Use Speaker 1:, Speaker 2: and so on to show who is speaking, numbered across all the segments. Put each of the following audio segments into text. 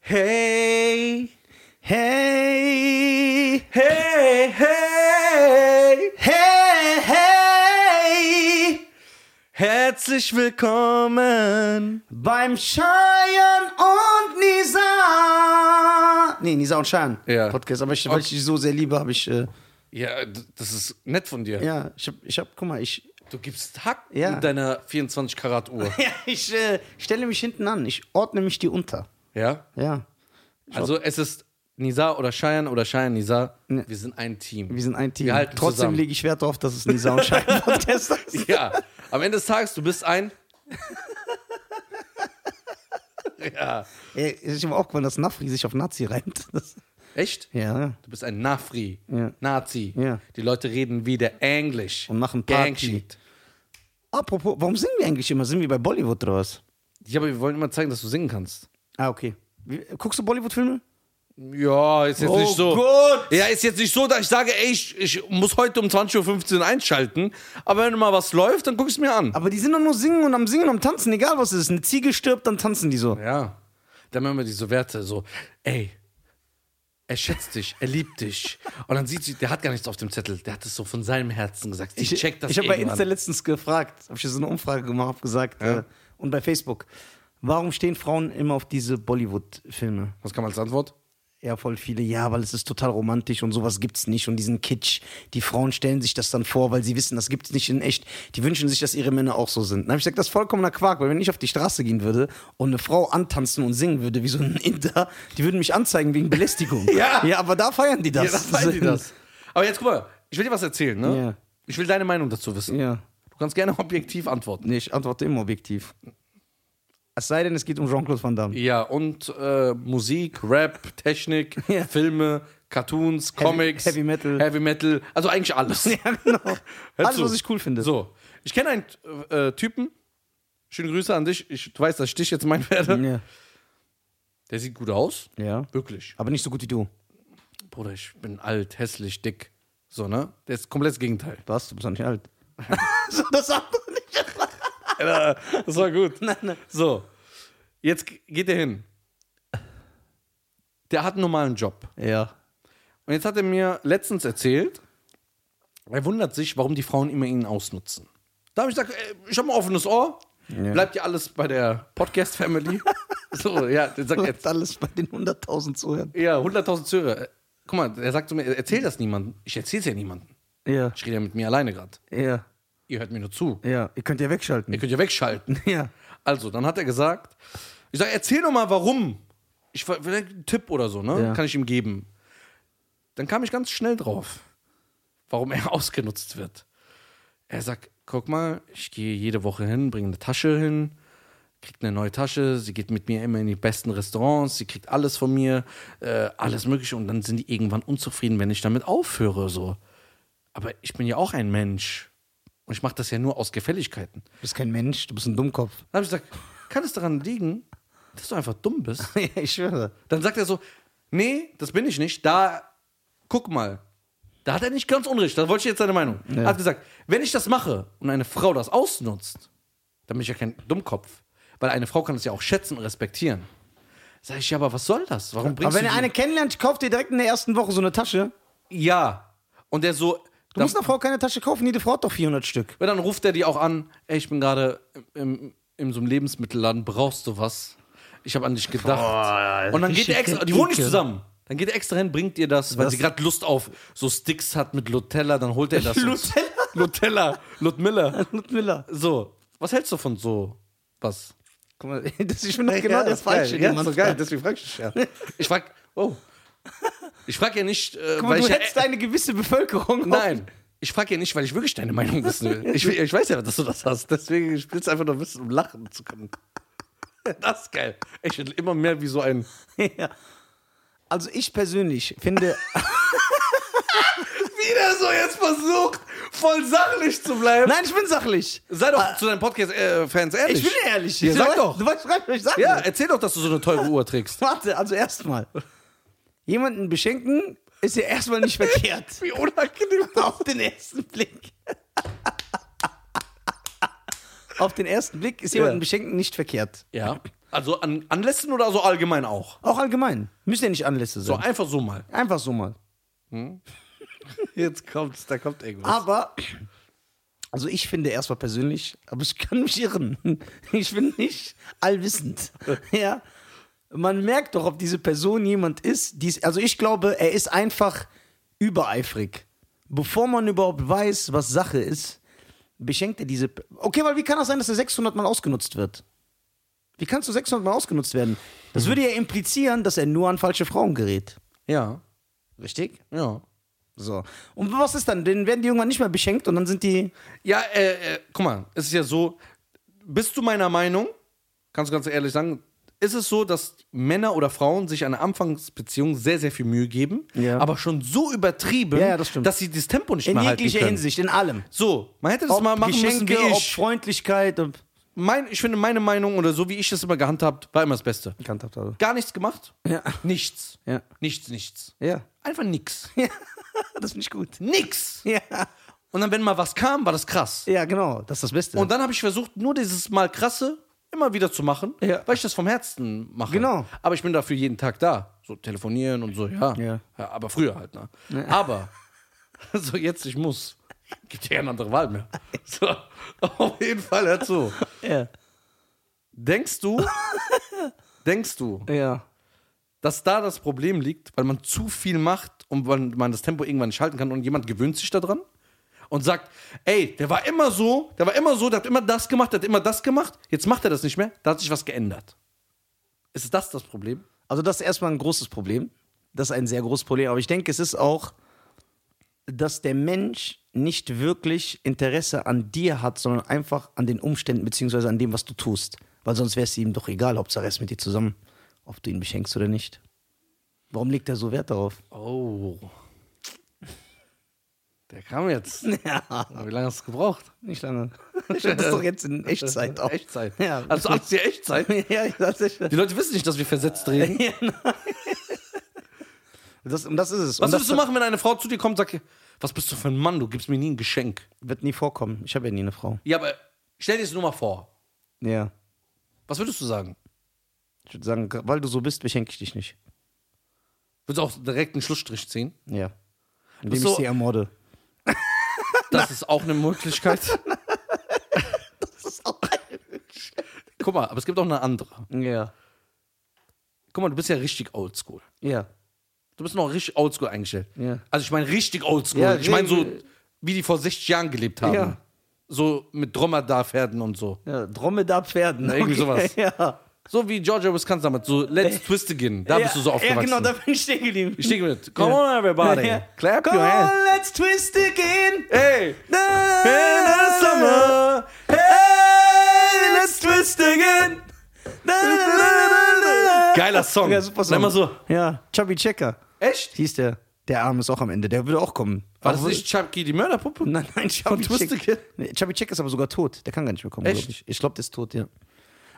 Speaker 1: Hey, hey, hey, hey, hey, hey. Herzlich willkommen beim Scheiern und Nisa. Nee, Nisa und Schein.
Speaker 2: Ja.
Speaker 1: Podcast. Aber ich, weil ich dich so sehr liebe, habe ich. Äh,
Speaker 2: Ja, d- das ist nett von dir.
Speaker 1: ja, ich habe, ich hab, guck mal, ich.
Speaker 2: Du gibst Hack
Speaker 1: Ja.
Speaker 2: mit deiner 24 Karat Uhr.
Speaker 1: Ja, ich äh, stelle mich hinten an. Ich ordne mich dir unter.
Speaker 2: ja?
Speaker 1: Ja.
Speaker 2: Also es ist Nisa oder Cheyenne oder Cheyenne Nisa.
Speaker 1: Ne.
Speaker 2: Wir sind ein Team.
Speaker 1: Wir sind ein Team.
Speaker 2: Wir halten
Speaker 1: Trotzdem
Speaker 2: zusammen.
Speaker 1: lege ich Wert darauf, dass es Nisa und Schein Podcast ist.
Speaker 2: Ja. Am Ende des Tages, du bist ein. ja.
Speaker 1: Ey, ist mir aufgefallen, dass Nafri sich auf Nazi reimt. Das,
Speaker 2: Echt?
Speaker 1: ja.
Speaker 2: Du bist ein Nafri.
Speaker 1: Ja.
Speaker 2: Nazi.
Speaker 1: Ja.
Speaker 2: Die Leute reden wieder Englisch.
Speaker 1: Und machen Party. Apropos, warum singen wir eigentlich immer? Sind wir bei Bollywood oder was?
Speaker 2: Ja, aber wir wollen immer zeigen, dass du singen kannst.
Speaker 1: Ah, okay. Wie, guckst du Bollywood-Filme?
Speaker 2: Ja, ist jetzt
Speaker 1: Oh
Speaker 2: nicht so.
Speaker 1: Gott!
Speaker 2: Ja, ist jetzt nicht so, dass ich sage, ey, ich, ich muss heute um 20.15 Uhr einschalten. Aber wenn mal was läuft, dann guck ich es mir an.
Speaker 1: Aber die sind doch nur singen und am Singen und am Tanzen, egal was es ist. Eine Ziege stirbt, dann tanzen die so.
Speaker 2: Ja. Dann machen wir diese Werte so, ey, er schätzt dich, er liebt dich. Und dann sieht sie, der hat gar nichts auf dem Zettel. Der hat es so von seinem Herzen gesagt. Ich, check das eh
Speaker 1: Ich habe bei Insta
Speaker 2: irgendwann.
Speaker 1: letztens gefragt, habe ich so eine Umfrage gemacht, habe gesagt,
Speaker 2: Ja.
Speaker 1: äh, und bei Facebook, warum stehen Frauen immer auf diese Bollywood-Filme?
Speaker 2: Was kann man als Antwort?
Speaker 1: Ja, voll viele, ja, weil es ist total romantisch und sowas gibt's nicht und diesen Kitsch. Die Frauen stellen sich das dann vor, weil sie wissen, das gibt's nicht in echt. Die wünschen sich, dass ihre Männer auch so sind. Dann habe ich gesagt, das ist vollkommener Quark, weil wenn ich auf die Straße gehen würde und eine Frau antanzen und singen würde, wie so ein Inder, die würden mich anzeigen wegen Belästigung.
Speaker 2: Ja.
Speaker 1: Ja, aber da feiern die das.
Speaker 2: Ja, das weiß ich das. Aber jetzt guck mal, ich will dir was erzählen, ne?
Speaker 1: Ja.
Speaker 2: Ich will deine Meinung dazu wissen.
Speaker 1: Ja.
Speaker 2: Du kannst gerne objektiv antworten.
Speaker 1: Nee, ich antworte immer objektiv. Es sei denn, es geht um Jean-Claude Van Damme.
Speaker 2: Ja, und äh, Musik, Rap, Technik,
Speaker 1: Ja.
Speaker 2: Filme, Cartoons, Comics,
Speaker 1: Heavy Metal.
Speaker 2: Heavy Metal, also eigentlich alles.
Speaker 1: Ja, genau.
Speaker 2: Hör
Speaker 1: Alles,
Speaker 2: zu.
Speaker 1: was ich cool finde.
Speaker 2: So, ich kenne einen äh, äh, Typen, schöne Grüße an dich, ich, du weißt, dass ich dich jetzt meinen werde.
Speaker 1: Ja.
Speaker 2: Der sieht gut aus,
Speaker 1: Mhm. ja.
Speaker 2: wirklich.
Speaker 1: Aber nicht so gut wie du.
Speaker 2: Bruder, ich bin alt, hässlich, dick. So, ne? Der ist komplett das Gegenteil.
Speaker 1: Was? Du bist doch nicht alt. so, das andere nicht.
Speaker 2: Alter, das war gut.
Speaker 1: Nein, nein.
Speaker 2: So, jetzt g- geht er hin. Der hat einen normalen Job.
Speaker 1: Ja.
Speaker 2: Und jetzt hat er mir letztens erzählt, er wundert sich, warum die Frauen immer ihn ausnutzen. Da habe ich gesagt, ey, ich habe ein offenes Ohr. Bleibt ja alles bei der Podcast-Family. so, ja, der sagt jetzt,
Speaker 1: Bleibt alles bei den 100.000 zuhören.
Speaker 2: ja, 100.000 Zuhörer. Äh, Guck mal, er sagt zu mir, erzähl das niemandem. Ich erzähl's ja niemandem.
Speaker 1: Ja,
Speaker 2: Ich rede ja mit mir alleine gerade.
Speaker 1: ja,
Speaker 2: Ihr hört mir nur zu.
Speaker 1: ja. Ihr könnt ja wegschalten.
Speaker 2: Ihr könnt ja wegschalten.
Speaker 1: Ja.
Speaker 2: Also, dann hat er gesagt, ich sage, erzähl doch mal, warum. Ich, ver- vielleicht einen Tipp oder so, ne?
Speaker 1: Ja.
Speaker 2: Kann ich ihm geben. Dann kam ich ganz schnell drauf, warum er ausgenutzt wird. Er sagt, guck mal, ich gehe jede Woche hin, bringe eine Tasche hin, kriegt eine neue Tasche, sie geht mit mir immer in die besten Restaurants, sie kriegt alles von mir, äh, alles mögliche und dann sind die irgendwann unzufrieden, wenn ich damit aufhöre, so. Aber ich bin ja auch ein Mensch und ich mache das ja nur aus Gefälligkeiten.
Speaker 1: Du bist kein Mensch, du bist ein Dummkopf.
Speaker 2: Dann habe ich gesagt, kann es daran liegen, dass du einfach dumm bist?
Speaker 1: ja, ich schwöre.
Speaker 2: Dann sagt er so, nee, das bin ich nicht. Da, guck mal, da hat er nicht ganz unrecht. Da wollte ich jetzt seine Meinung. Er hat gesagt, wenn ich das mache und eine Frau das ausnutzt, dann bin ich ja kein Dummkopf. Weil eine Frau kann das ja auch schätzen und respektieren. Sag ich, ja, aber was soll das? Warum
Speaker 1: Aber
Speaker 2: bringst
Speaker 1: wenn
Speaker 2: du
Speaker 1: ihr
Speaker 2: die-
Speaker 1: eine kennenlernt, kauft ihr direkt in der ersten Woche so eine Tasche.
Speaker 2: Ja. Und der so...
Speaker 1: Du musst einer Frau keine Tasche kaufen, jede Frau hat doch 400 Stück.
Speaker 2: Und dann ruft er die auch an, ey, ich bin gerade im, im so einem Lebensmittelladen, brauchst du was? Ich habe an dich gedacht. und dann geht er extra, die wohnen nicht
Speaker 1: Ekel.
Speaker 2: zusammen. Dann geht er extra hin, bringt ihr das, weil
Speaker 1: Das-
Speaker 2: sie gerade Lust auf so Sticks hat mit Lutella, dann holt er das.
Speaker 1: Lutella?
Speaker 2: Lutella, Lutmiller.
Speaker 1: Ludmilla.
Speaker 2: So, was hältst du von so was?
Speaker 1: Guck mal, das ist schon genau das Falsche. den man fragt.
Speaker 2: deswegen frag ich dich ja. Ich frag, oh. Ich frag ja nicht, äh,
Speaker 1: Guck mal,
Speaker 2: weil
Speaker 1: du
Speaker 2: ich ja-
Speaker 1: hättest eine gewisse Bevölkerung.
Speaker 2: Nein. Ich frage ja nicht, weil ich wirklich deine Meinung wissen will. Ich, ich weiß ja, dass du das hast. Deswegen ich will es einfach nur wissen, um lachen zu können. Das ist geil. Ich bin immer mehr wie so ein.
Speaker 1: Ja. Also ich persönlich finde,
Speaker 2: Wieder so jetzt versucht, voll sachlich zu bleiben.
Speaker 1: nein, ich bin sachlich.
Speaker 2: Sei doch zu deinen Podcast-Fans Ah. ehrlich.
Speaker 1: Ich bin ehrlich.
Speaker 2: Ja, sag
Speaker 1: Du-
Speaker 2: doch.
Speaker 1: Du weißt, was ich sage.
Speaker 2: Ja, erzähl doch, dass du so eine teure Uhr trägst.
Speaker 1: Warte, also erstmal. Jemanden beschenken ist ja erstmal nicht verkehrt.
Speaker 2: Wie unangenehm.
Speaker 1: Auf den ersten Blick. Auf den ersten Blick ist jemanden
Speaker 2: Ja.
Speaker 1: beschenken nicht verkehrt.
Speaker 2: Ja. Also an Anlässen oder so allgemein auch?
Speaker 1: Auch allgemein. Müssen ja nicht Anlässe
Speaker 2: So
Speaker 1: sein.
Speaker 2: einfach so mal.
Speaker 1: Einfach so mal.
Speaker 2: Jetzt kommt's, da kommt irgendwas.
Speaker 1: Aber, also ich finde erstmal persönlich, aber ich kann mich irren. Ich bin nicht allwissend. Ja. Man merkt doch, ob diese Person jemand ist, die ist, also ich glaube, er ist einfach übereifrig. Bevor man überhaupt weiß, was Sache ist, beschenkt er diese. P- Okay, weil wie kann das sein, dass er 600 Mal ausgenutzt wird? Wie kannst du 600 Mal ausgenutzt werden? Das würde ja implizieren, dass er nur an falsche Frauen gerät.
Speaker 2: Ja,
Speaker 1: Richtig?
Speaker 2: ja.
Speaker 1: So. Und was ist dann? Dann werden die irgendwann nicht mehr beschenkt und dann sind die.
Speaker 2: Ja, äh, äh, guck mal, es ist ja so, bist du meiner Meinung, kannst du ganz ehrlich sagen, ist es so, dass Männer oder Frauen sich an der Anfangsbeziehung sehr, sehr viel Mühe geben,
Speaker 1: Ja.
Speaker 2: aber schon so übertrieben,
Speaker 1: Ja, ja, das stimmt.
Speaker 2: dass sie das Tempo nicht
Speaker 1: In
Speaker 2: mehr halten
Speaker 1: jeglicher
Speaker 2: können.
Speaker 1: Hinsicht, in allem.
Speaker 2: So, man hätte das mal machen müssen wie
Speaker 1: ob
Speaker 2: ich.
Speaker 1: Freundlichkeit, ob.
Speaker 2: Mein, ich finde, meine Meinung oder so, wie ich das immer gehandhabt, war immer das Beste.
Speaker 1: Kantabtado.
Speaker 2: Gar nichts gemacht,
Speaker 1: Ja.
Speaker 2: nichts,
Speaker 1: Ja.
Speaker 2: nichts, nichts.
Speaker 1: Ja.
Speaker 2: Einfach nix,
Speaker 1: ja. Das finde ich gut.
Speaker 2: nix.
Speaker 1: Ja.
Speaker 2: Und dann, wenn mal was kam, war das krass.
Speaker 1: Ja, genau. Das ist das Beste.
Speaker 2: Und dann habe ich versucht, nur dieses Mal krasse immer wieder zu machen,
Speaker 1: Ja.
Speaker 2: weil ich das vom Herzen mache.
Speaker 1: Genau.
Speaker 2: Aber ich bin dafür jeden Tag da. So telefonieren und so, ja.
Speaker 1: Ja.
Speaker 2: aber früher halt, ne? Aber so jetzt, ich muss. Gibt ja keine andere Wahl mehr. So, auf jeden Fall hör zu.
Speaker 1: ja.
Speaker 2: Denkst du, denkst du,
Speaker 1: Ja.
Speaker 2: dass da das Problem liegt, weil man zu viel macht und weil man das Tempo irgendwann nicht halten kann und jemand gewöhnt sich daran und sagt, ey, der war immer so, der war immer so, der hat immer das gemacht, der hat immer das gemacht, jetzt macht er das nicht mehr, da hat sich was geändert. Ist das das Problem?
Speaker 1: Also, das ist erstmal ein großes Problem. Das ist ein sehr großes Problem. Aber ich denke, es ist auch, dass der Mensch nicht wirklich Interesse an dir hat, sondern einfach an den Umständen beziehungsweise an dem, was du tust. Weil sonst wäre es ihm doch egal, Hauptsache er ist mit dir zusammen, ob du ihn beschenkst oder nicht. Warum legt er so Wert darauf?
Speaker 2: Oh. Der kam jetzt. Wie lange hast du gebraucht?
Speaker 1: Nicht lange. Ich schreibe das doch jetzt in Echtzeit auf.
Speaker 2: Echtzeit.
Speaker 1: Ja.
Speaker 2: Also hast du hier Echtzeit?
Speaker 1: ja, ich sag's euch.
Speaker 2: Die Leute wissen nicht, dass wir versetzt reden.
Speaker 1: Das, und das ist es.
Speaker 2: Was
Speaker 1: und das
Speaker 2: würdest du machen, wenn eine Frau zu dir kommt und sagt, was bist du für ein Mann, du gibst mir nie ein Geschenk?
Speaker 1: wird nie vorkommen. Ich habe ja nie eine Frau.
Speaker 2: Ja, aber stell dir es nur mal vor.
Speaker 1: Ja.
Speaker 2: Was würdest du sagen?
Speaker 1: Ich würde sagen, weil du so bist, beschenke ich dich nicht.
Speaker 2: Würdest du auch direkt einen Schlussstrich ziehen?
Speaker 1: Ja. Indem
Speaker 2: so-
Speaker 1: ich sie ermorde.
Speaker 2: Das ist auch eine Möglichkeit. Guck mal, aber es gibt auch eine andere.
Speaker 1: Ja.
Speaker 2: Guck mal, du bist ja richtig oldschool.
Speaker 1: Ja.
Speaker 2: Du bist noch richtig oldschool eingestellt.
Speaker 1: Ja.
Speaker 2: Also ich meine richtig oldschool.
Speaker 1: Ja,
Speaker 2: ich meine so,
Speaker 1: re-
Speaker 2: wie die vor 60 Jahren gelebt haben.
Speaker 1: Ja.
Speaker 2: So mit Dromedar-Pferden und so.
Speaker 1: ja. Dromedar-Pferden.
Speaker 2: Na, irgendwie sowas.
Speaker 1: Ja.
Speaker 2: So wie Georgia Wisconsin damals. So let's twist again. Da
Speaker 1: Äh, ja.
Speaker 2: bist du so
Speaker 1: Ja,
Speaker 2: aufgewachsen.
Speaker 1: genau, da bin ich stehen geblieben.
Speaker 2: ich denke mit, come on everybody.
Speaker 1: Ja.
Speaker 2: Clap
Speaker 1: Come
Speaker 2: your hands.
Speaker 1: on, let's twist again.
Speaker 2: Hey. In the summer.
Speaker 1: Hey, let's twist again.
Speaker 2: Geiler Song.
Speaker 1: Ja, super Song.
Speaker 2: Nimm mal so.
Speaker 1: Ja, Chubby Checker.
Speaker 2: Echt?
Speaker 1: Hieß der. Der Arm ist auch am Ende. Der würde auch kommen.
Speaker 2: War das
Speaker 1: Obwohl-
Speaker 2: nicht Chucky die Mörderpuppe?
Speaker 1: Nein, nein, Chubby
Speaker 2: Twist Again?
Speaker 1: Checker. Nee, Chubby Checker ist aber sogar tot. Der kann gar nicht mehr kommen,
Speaker 2: Echt?
Speaker 1: glaube ich. Ich glaube, der ist tot, ja.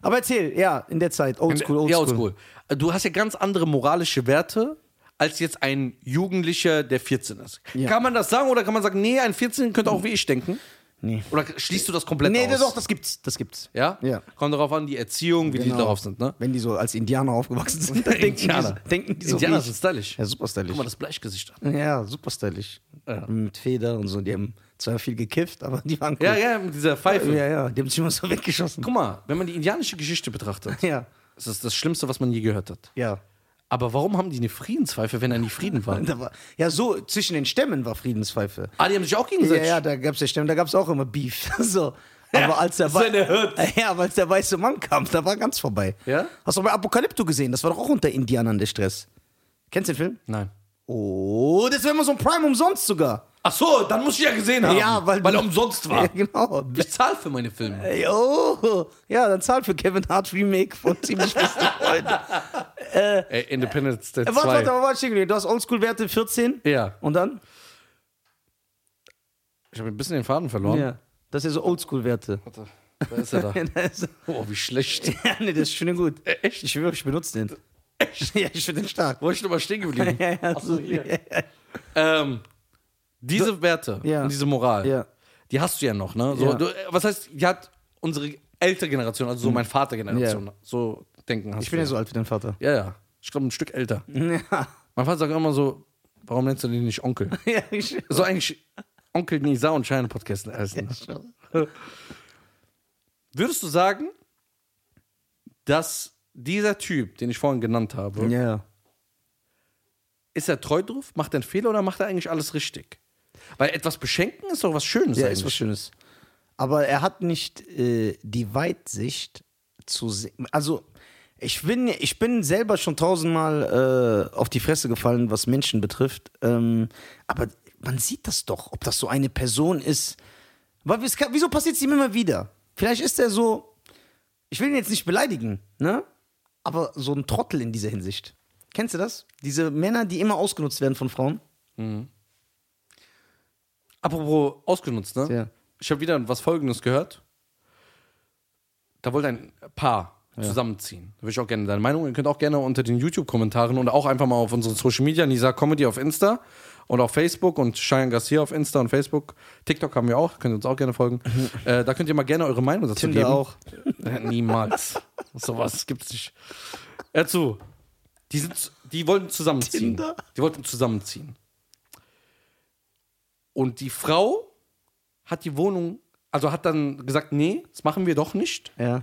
Speaker 1: Aber erzähl, ja, in der Zeit. Oldschool, oldschool.
Speaker 2: Ja, oldschool. Du hast ja ganz andere moralische Werte als jetzt ein Jugendlicher, der 14 ist.
Speaker 1: Ja.
Speaker 2: Kann man das sagen oder kann man sagen, nee, ein 14 könnte auch wie ich denken?
Speaker 1: Nee.
Speaker 2: Oder schließt du das komplett
Speaker 1: Nee,
Speaker 2: aus?
Speaker 1: doch, das gibt's. Das gibt's.
Speaker 2: ja?
Speaker 1: Ja.
Speaker 2: Kommt darauf an, die Erziehung, wie die darauf sind, ne?
Speaker 1: Wenn die so als Indianer aufgewachsen sind, dann denken,
Speaker 2: Indianer.
Speaker 1: Die, so- denken die so.
Speaker 2: Indianer
Speaker 1: wie ich.
Speaker 2: sind stylisch.
Speaker 1: Ja, super stylisch.
Speaker 2: Guck mal, das Bleichgesicht an.
Speaker 1: Ja, super stylisch. Mit Feder und so. Die haben zwar viel gekifft, aber die waren cool.
Speaker 2: Ja, ja, mit dieser Pfeife.
Speaker 1: ja, ja. Die haben sich immer so weggeschossen.
Speaker 2: Guck mal, wenn man die indianische Geschichte betrachtet,
Speaker 1: Ja,
Speaker 2: das ist das Schlimmste, was man je gehört hat.
Speaker 1: ja.
Speaker 2: Aber warum haben die eine Friedenspfeife, wenn da nie Frieden war?
Speaker 1: Und da war, ja, so zwischen den Stämmen war Friedenspfeife.
Speaker 2: ah, die haben sich auch
Speaker 1: Ja,
Speaker 2: gegenseitig.
Speaker 1: ja, da gab es ja Stämme, da gab es auch immer Beef. So. Aber als der,
Speaker 2: so
Speaker 1: Wei-
Speaker 2: in der Hood.
Speaker 1: ja, aber als der weiße Mann kam, da war ganz vorbei.
Speaker 2: Ja?
Speaker 1: Hast du bei Apokalypto gesehen? Das war doch auch unter Indianern der Stress. Kennst du den Film?
Speaker 2: Nein.
Speaker 1: Oh, das wäre immer so ein Prime umsonst sogar.
Speaker 2: Ach so, dann muss ich ja gesehen haben.
Speaker 1: Ja, weil-
Speaker 2: weil er umsonst war.
Speaker 1: Ja, genau.
Speaker 2: Ich zahle für meine Filme.
Speaker 1: Ey, oh, ja, dann zahlt für Kevin Hart Remake von ziemlich beste Freunde.
Speaker 2: Ey, Independence Day 2.
Speaker 1: Äh, Warte, warte, aber warte, Schickli, du hast Oldschool-Werte 14
Speaker 2: Ja.
Speaker 1: und dann?
Speaker 2: Ich habe ein bisschen den Faden verloren.
Speaker 1: Das ist ja so Oldschool-Werte.
Speaker 2: Warte, da ist er da.
Speaker 1: Ja, das ist-
Speaker 2: Oh, wie schlecht.
Speaker 1: ja, nee, das ist schön und gut.
Speaker 2: Echt?
Speaker 1: Ich schwöre, ich benutze den. Echt? Ja, ich finde den stark.
Speaker 2: Wo ich nochmal stehen geblieben?
Speaker 1: Ja, ja, so, ja,
Speaker 2: ähm, diese Werte
Speaker 1: Ja.
Speaker 2: und diese Moral,
Speaker 1: ja.
Speaker 2: die hast du ja noch, ne? So,
Speaker 1: Ja.
Speaker 2: du, was heißt, die hat unsere ältere Generation, also so meine Vatergeneration, so denken hast.
Speaker 1: Hm. Ich bin
Speaker 2: du.
Speaker 1: ja so alt wie dein Vater.
Speaker 2: Ja, ja. Ich glaube, ein Stück älter.
Speaker 1: Ja,
Speaker 2: Mein Vater sagt immer so, warum nennst du den nicht Onkel?
Speaker 1: ja ich,
Speaker 2: So eigentlich Onkel Nisa und Scheine Podcasten essen. Würdest du sagen, dass dieser Typ, den ich vorhin genannt habe,
Speaker 1: ja.
Speaker 2: ist er treu drauf? Macht er einen Fehler oder macht er eigentlich alles richtig? Weil etwas beschenken ist doch was Schönes
Speaker 1: Ja,
Speaker 2: eigentlich.
Speaker 1: ist was Schönes. Aber er hat nicht äh, die Weitsicht zu sehen. Also, ich bin, ich bin selber schon tausendmal äh, auf die Fresse gefallen, was Menschen betrifft. Ähm, aber man sieht das doch, ob das so eine Person ist. Weil es kann, wieso passiert es ihm immer wieder? Vielleicht ist er so, ich will ihn jetzt nicht beleidigen, ne? Aber so ein Trottel in dieser Hinsicht. Kennst du das? Diese Männer, die immer ausgenutzt werden von Frauen.
Speaker 2: Apropos ausgenutzt, ne?
Speaker 1: Ja.
Speaker 2: Ich habe wieder was Folgendes gehört. Da wollte ein Paar zusammenziehen. Da würde ich auch gerne deine Meinung. Ihr könnt auch gerne unter den YouTube-Kommentaren und auch einfach mal auf unseren Social Media, Nisa Comedy auf Insta und auf Facebook und Cheyenne Garcia auf Insta und Facebook. TikTok haben wir auch, könnt ihr uns auch gerne folgen. äh, da könnt ihr mal gerne eure Meinung dazu
Speaker 1: Tinder
Speaker 2: geben.
Speaker 1: auch.
Speaker 2: Äh, Niemals. Sowas gibt's nicht. Hör Äh, zu. Die, sind, die wollten zusammenziehen.
Speaker 1: Tinder?
Speaker 2: Die wollten zusammenziehen. Und die Frau hat die Wohnung, also hat dann gesagt, nee, das machen wir doch nicht,
Speaker 1: Ja.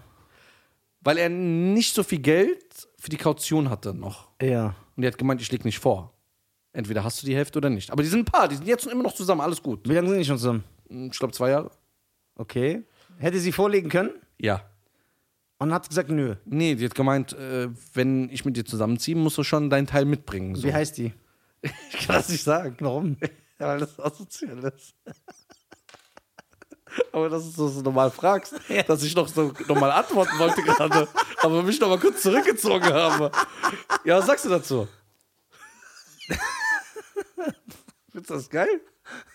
Speaker 2: weil er nicht so viel Geld für die Kaution hatte noch.
Speaker 1: Ja.
Speaker 2: Und die hat gemeint, ich leg nicht vor. Entweder hast du die Hälfte oder nicht. Aber die sind ein Paar, die sind jetzt immer noch zusammen, alles gut.
Speaker 1: Wie lange sind die schon zusammen?
Speaker 2: Ich glaube, zwei Jahre.
Speaker 1: Okay. Hätte sie vorlegen können
Speaker 2: Ja.
Speaker 1: und hat gesagt, nö.
Speaker 2: Nee, die hat gemeint, äh, wenn ich mit dir zusammenziehe, musst du schon deinen Teil mitbringen. So.
Speaker 1: Wie heißt die?
Speaker 2: Ich kann das nicht sagen.
Speaker 1: Warum?
Speaker 2: Ja, weil das asozial ist. Aber dass du das so normal fragst, dass ich noch so normal antworten wollte gerade, aber mich noch mal kurz zurückgezogen habe. Ja, was sagst du dazu? Findest du das geil?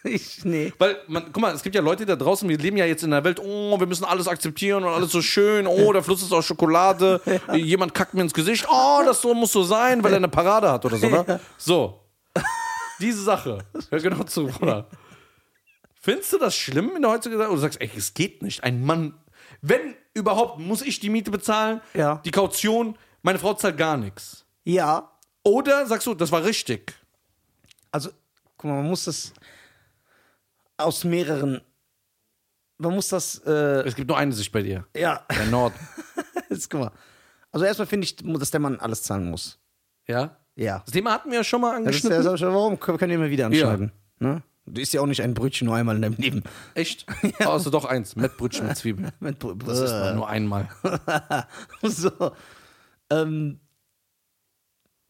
Speaker 1: Ich, nee.
Speaker 2: Weil, man, guck mal, es gibt ja Leute da draußen, wir leben ja jetzt in einer Welt, oh, wir müssen alles akzeptieren und alles so schön, oh, der Fluss ist aus Schokolade, jemand kackt mir ins Gesicht, oh, das so muss so sein, weil er eine Parade hat oder so, ne? So. Diese Sache. Hör genau zu, Bruder. Findest du das schlimm in der heutigen Zeit? Oder du sagst, ey, es geht nicht. Ein Mann, wenn überhaupt, muss ich die Miete bezahlen,
Speaker 1: Ja.
Speaker 2: die Kaution, meine Frau zahlt gar nichts.
Speaker 1: Ja.
Speaker 2: Oder sagst du, das war richtig.
Speaker 1: Also, guck mal, man muss das aus mehreren. Man muss das, äh,
Speaker 2: Es gibt nur eine Sicht bei dir.
Speaker 1: ja.
Speaker 2: Der Nord.
Speaker 1: Jetzt, guck mal. Also, erstmal finde ich, dass der Mann alles zahlen muss.
Speaker 2: Ja?
Speaker 1: Ja.
Speaker 2: Das Thema hatten wir ja schon mal
Speaker 1: Das ist
Speaker 2: angeschnitten.
Speaker 1: ja sag ich ja, warum können wir immer wieder anschlagen? Ne? Du isst ja auch nicht ein Brötchen nur einmal in deinem Leben.
Speaker 2: Echt? Außer doch eins, Mettbrötchen mit Zwiebeln.
Speaker 1: Mit Br-
Speaker 2: Das ist man nur einmal.
Speaker 1: so. Ähm,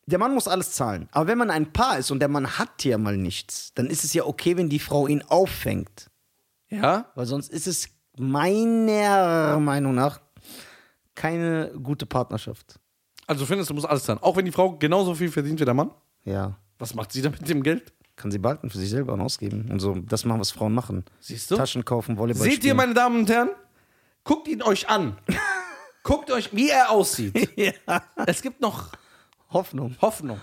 Speaker 1: der Mann muss alles zahlen. Aber wenn man ein Paar ist und der Mann hat ja mal nichts, dann ist es ja okay, wenn die Frau ihn auffängt.
Speaker 2: Ja?
Speaker 1: Weil sonst ist es meiner Meinung nach keine gute Partnerschaft.
Speaker 2: Also findest du, musst alles zahlen. Auch wenn die Frau genauso viel verdient wie der Mann.
Speaker 1: Ja.
Speaker 2: Was macht sie dann mit dem Geld?
Speaker 1: Kann sie behalten für sich selber und ausgeben. Und so, das machen, was Frauen machen.
Speaker 2: Siehst du?
Speaker 1: Taschen kaufen, Volleyball
Speaker 2: Seht ihr,
Speaker 1: spielen.
Speaker 2: meine Damen und Herren? Guckt ihn euch an. Guckt euch, wie er aussieht.
Speaker 1: ja.
Speaker 2: Es gibt noch
Speaker 1: Hoffnung
Speaker 2: Hoffnung.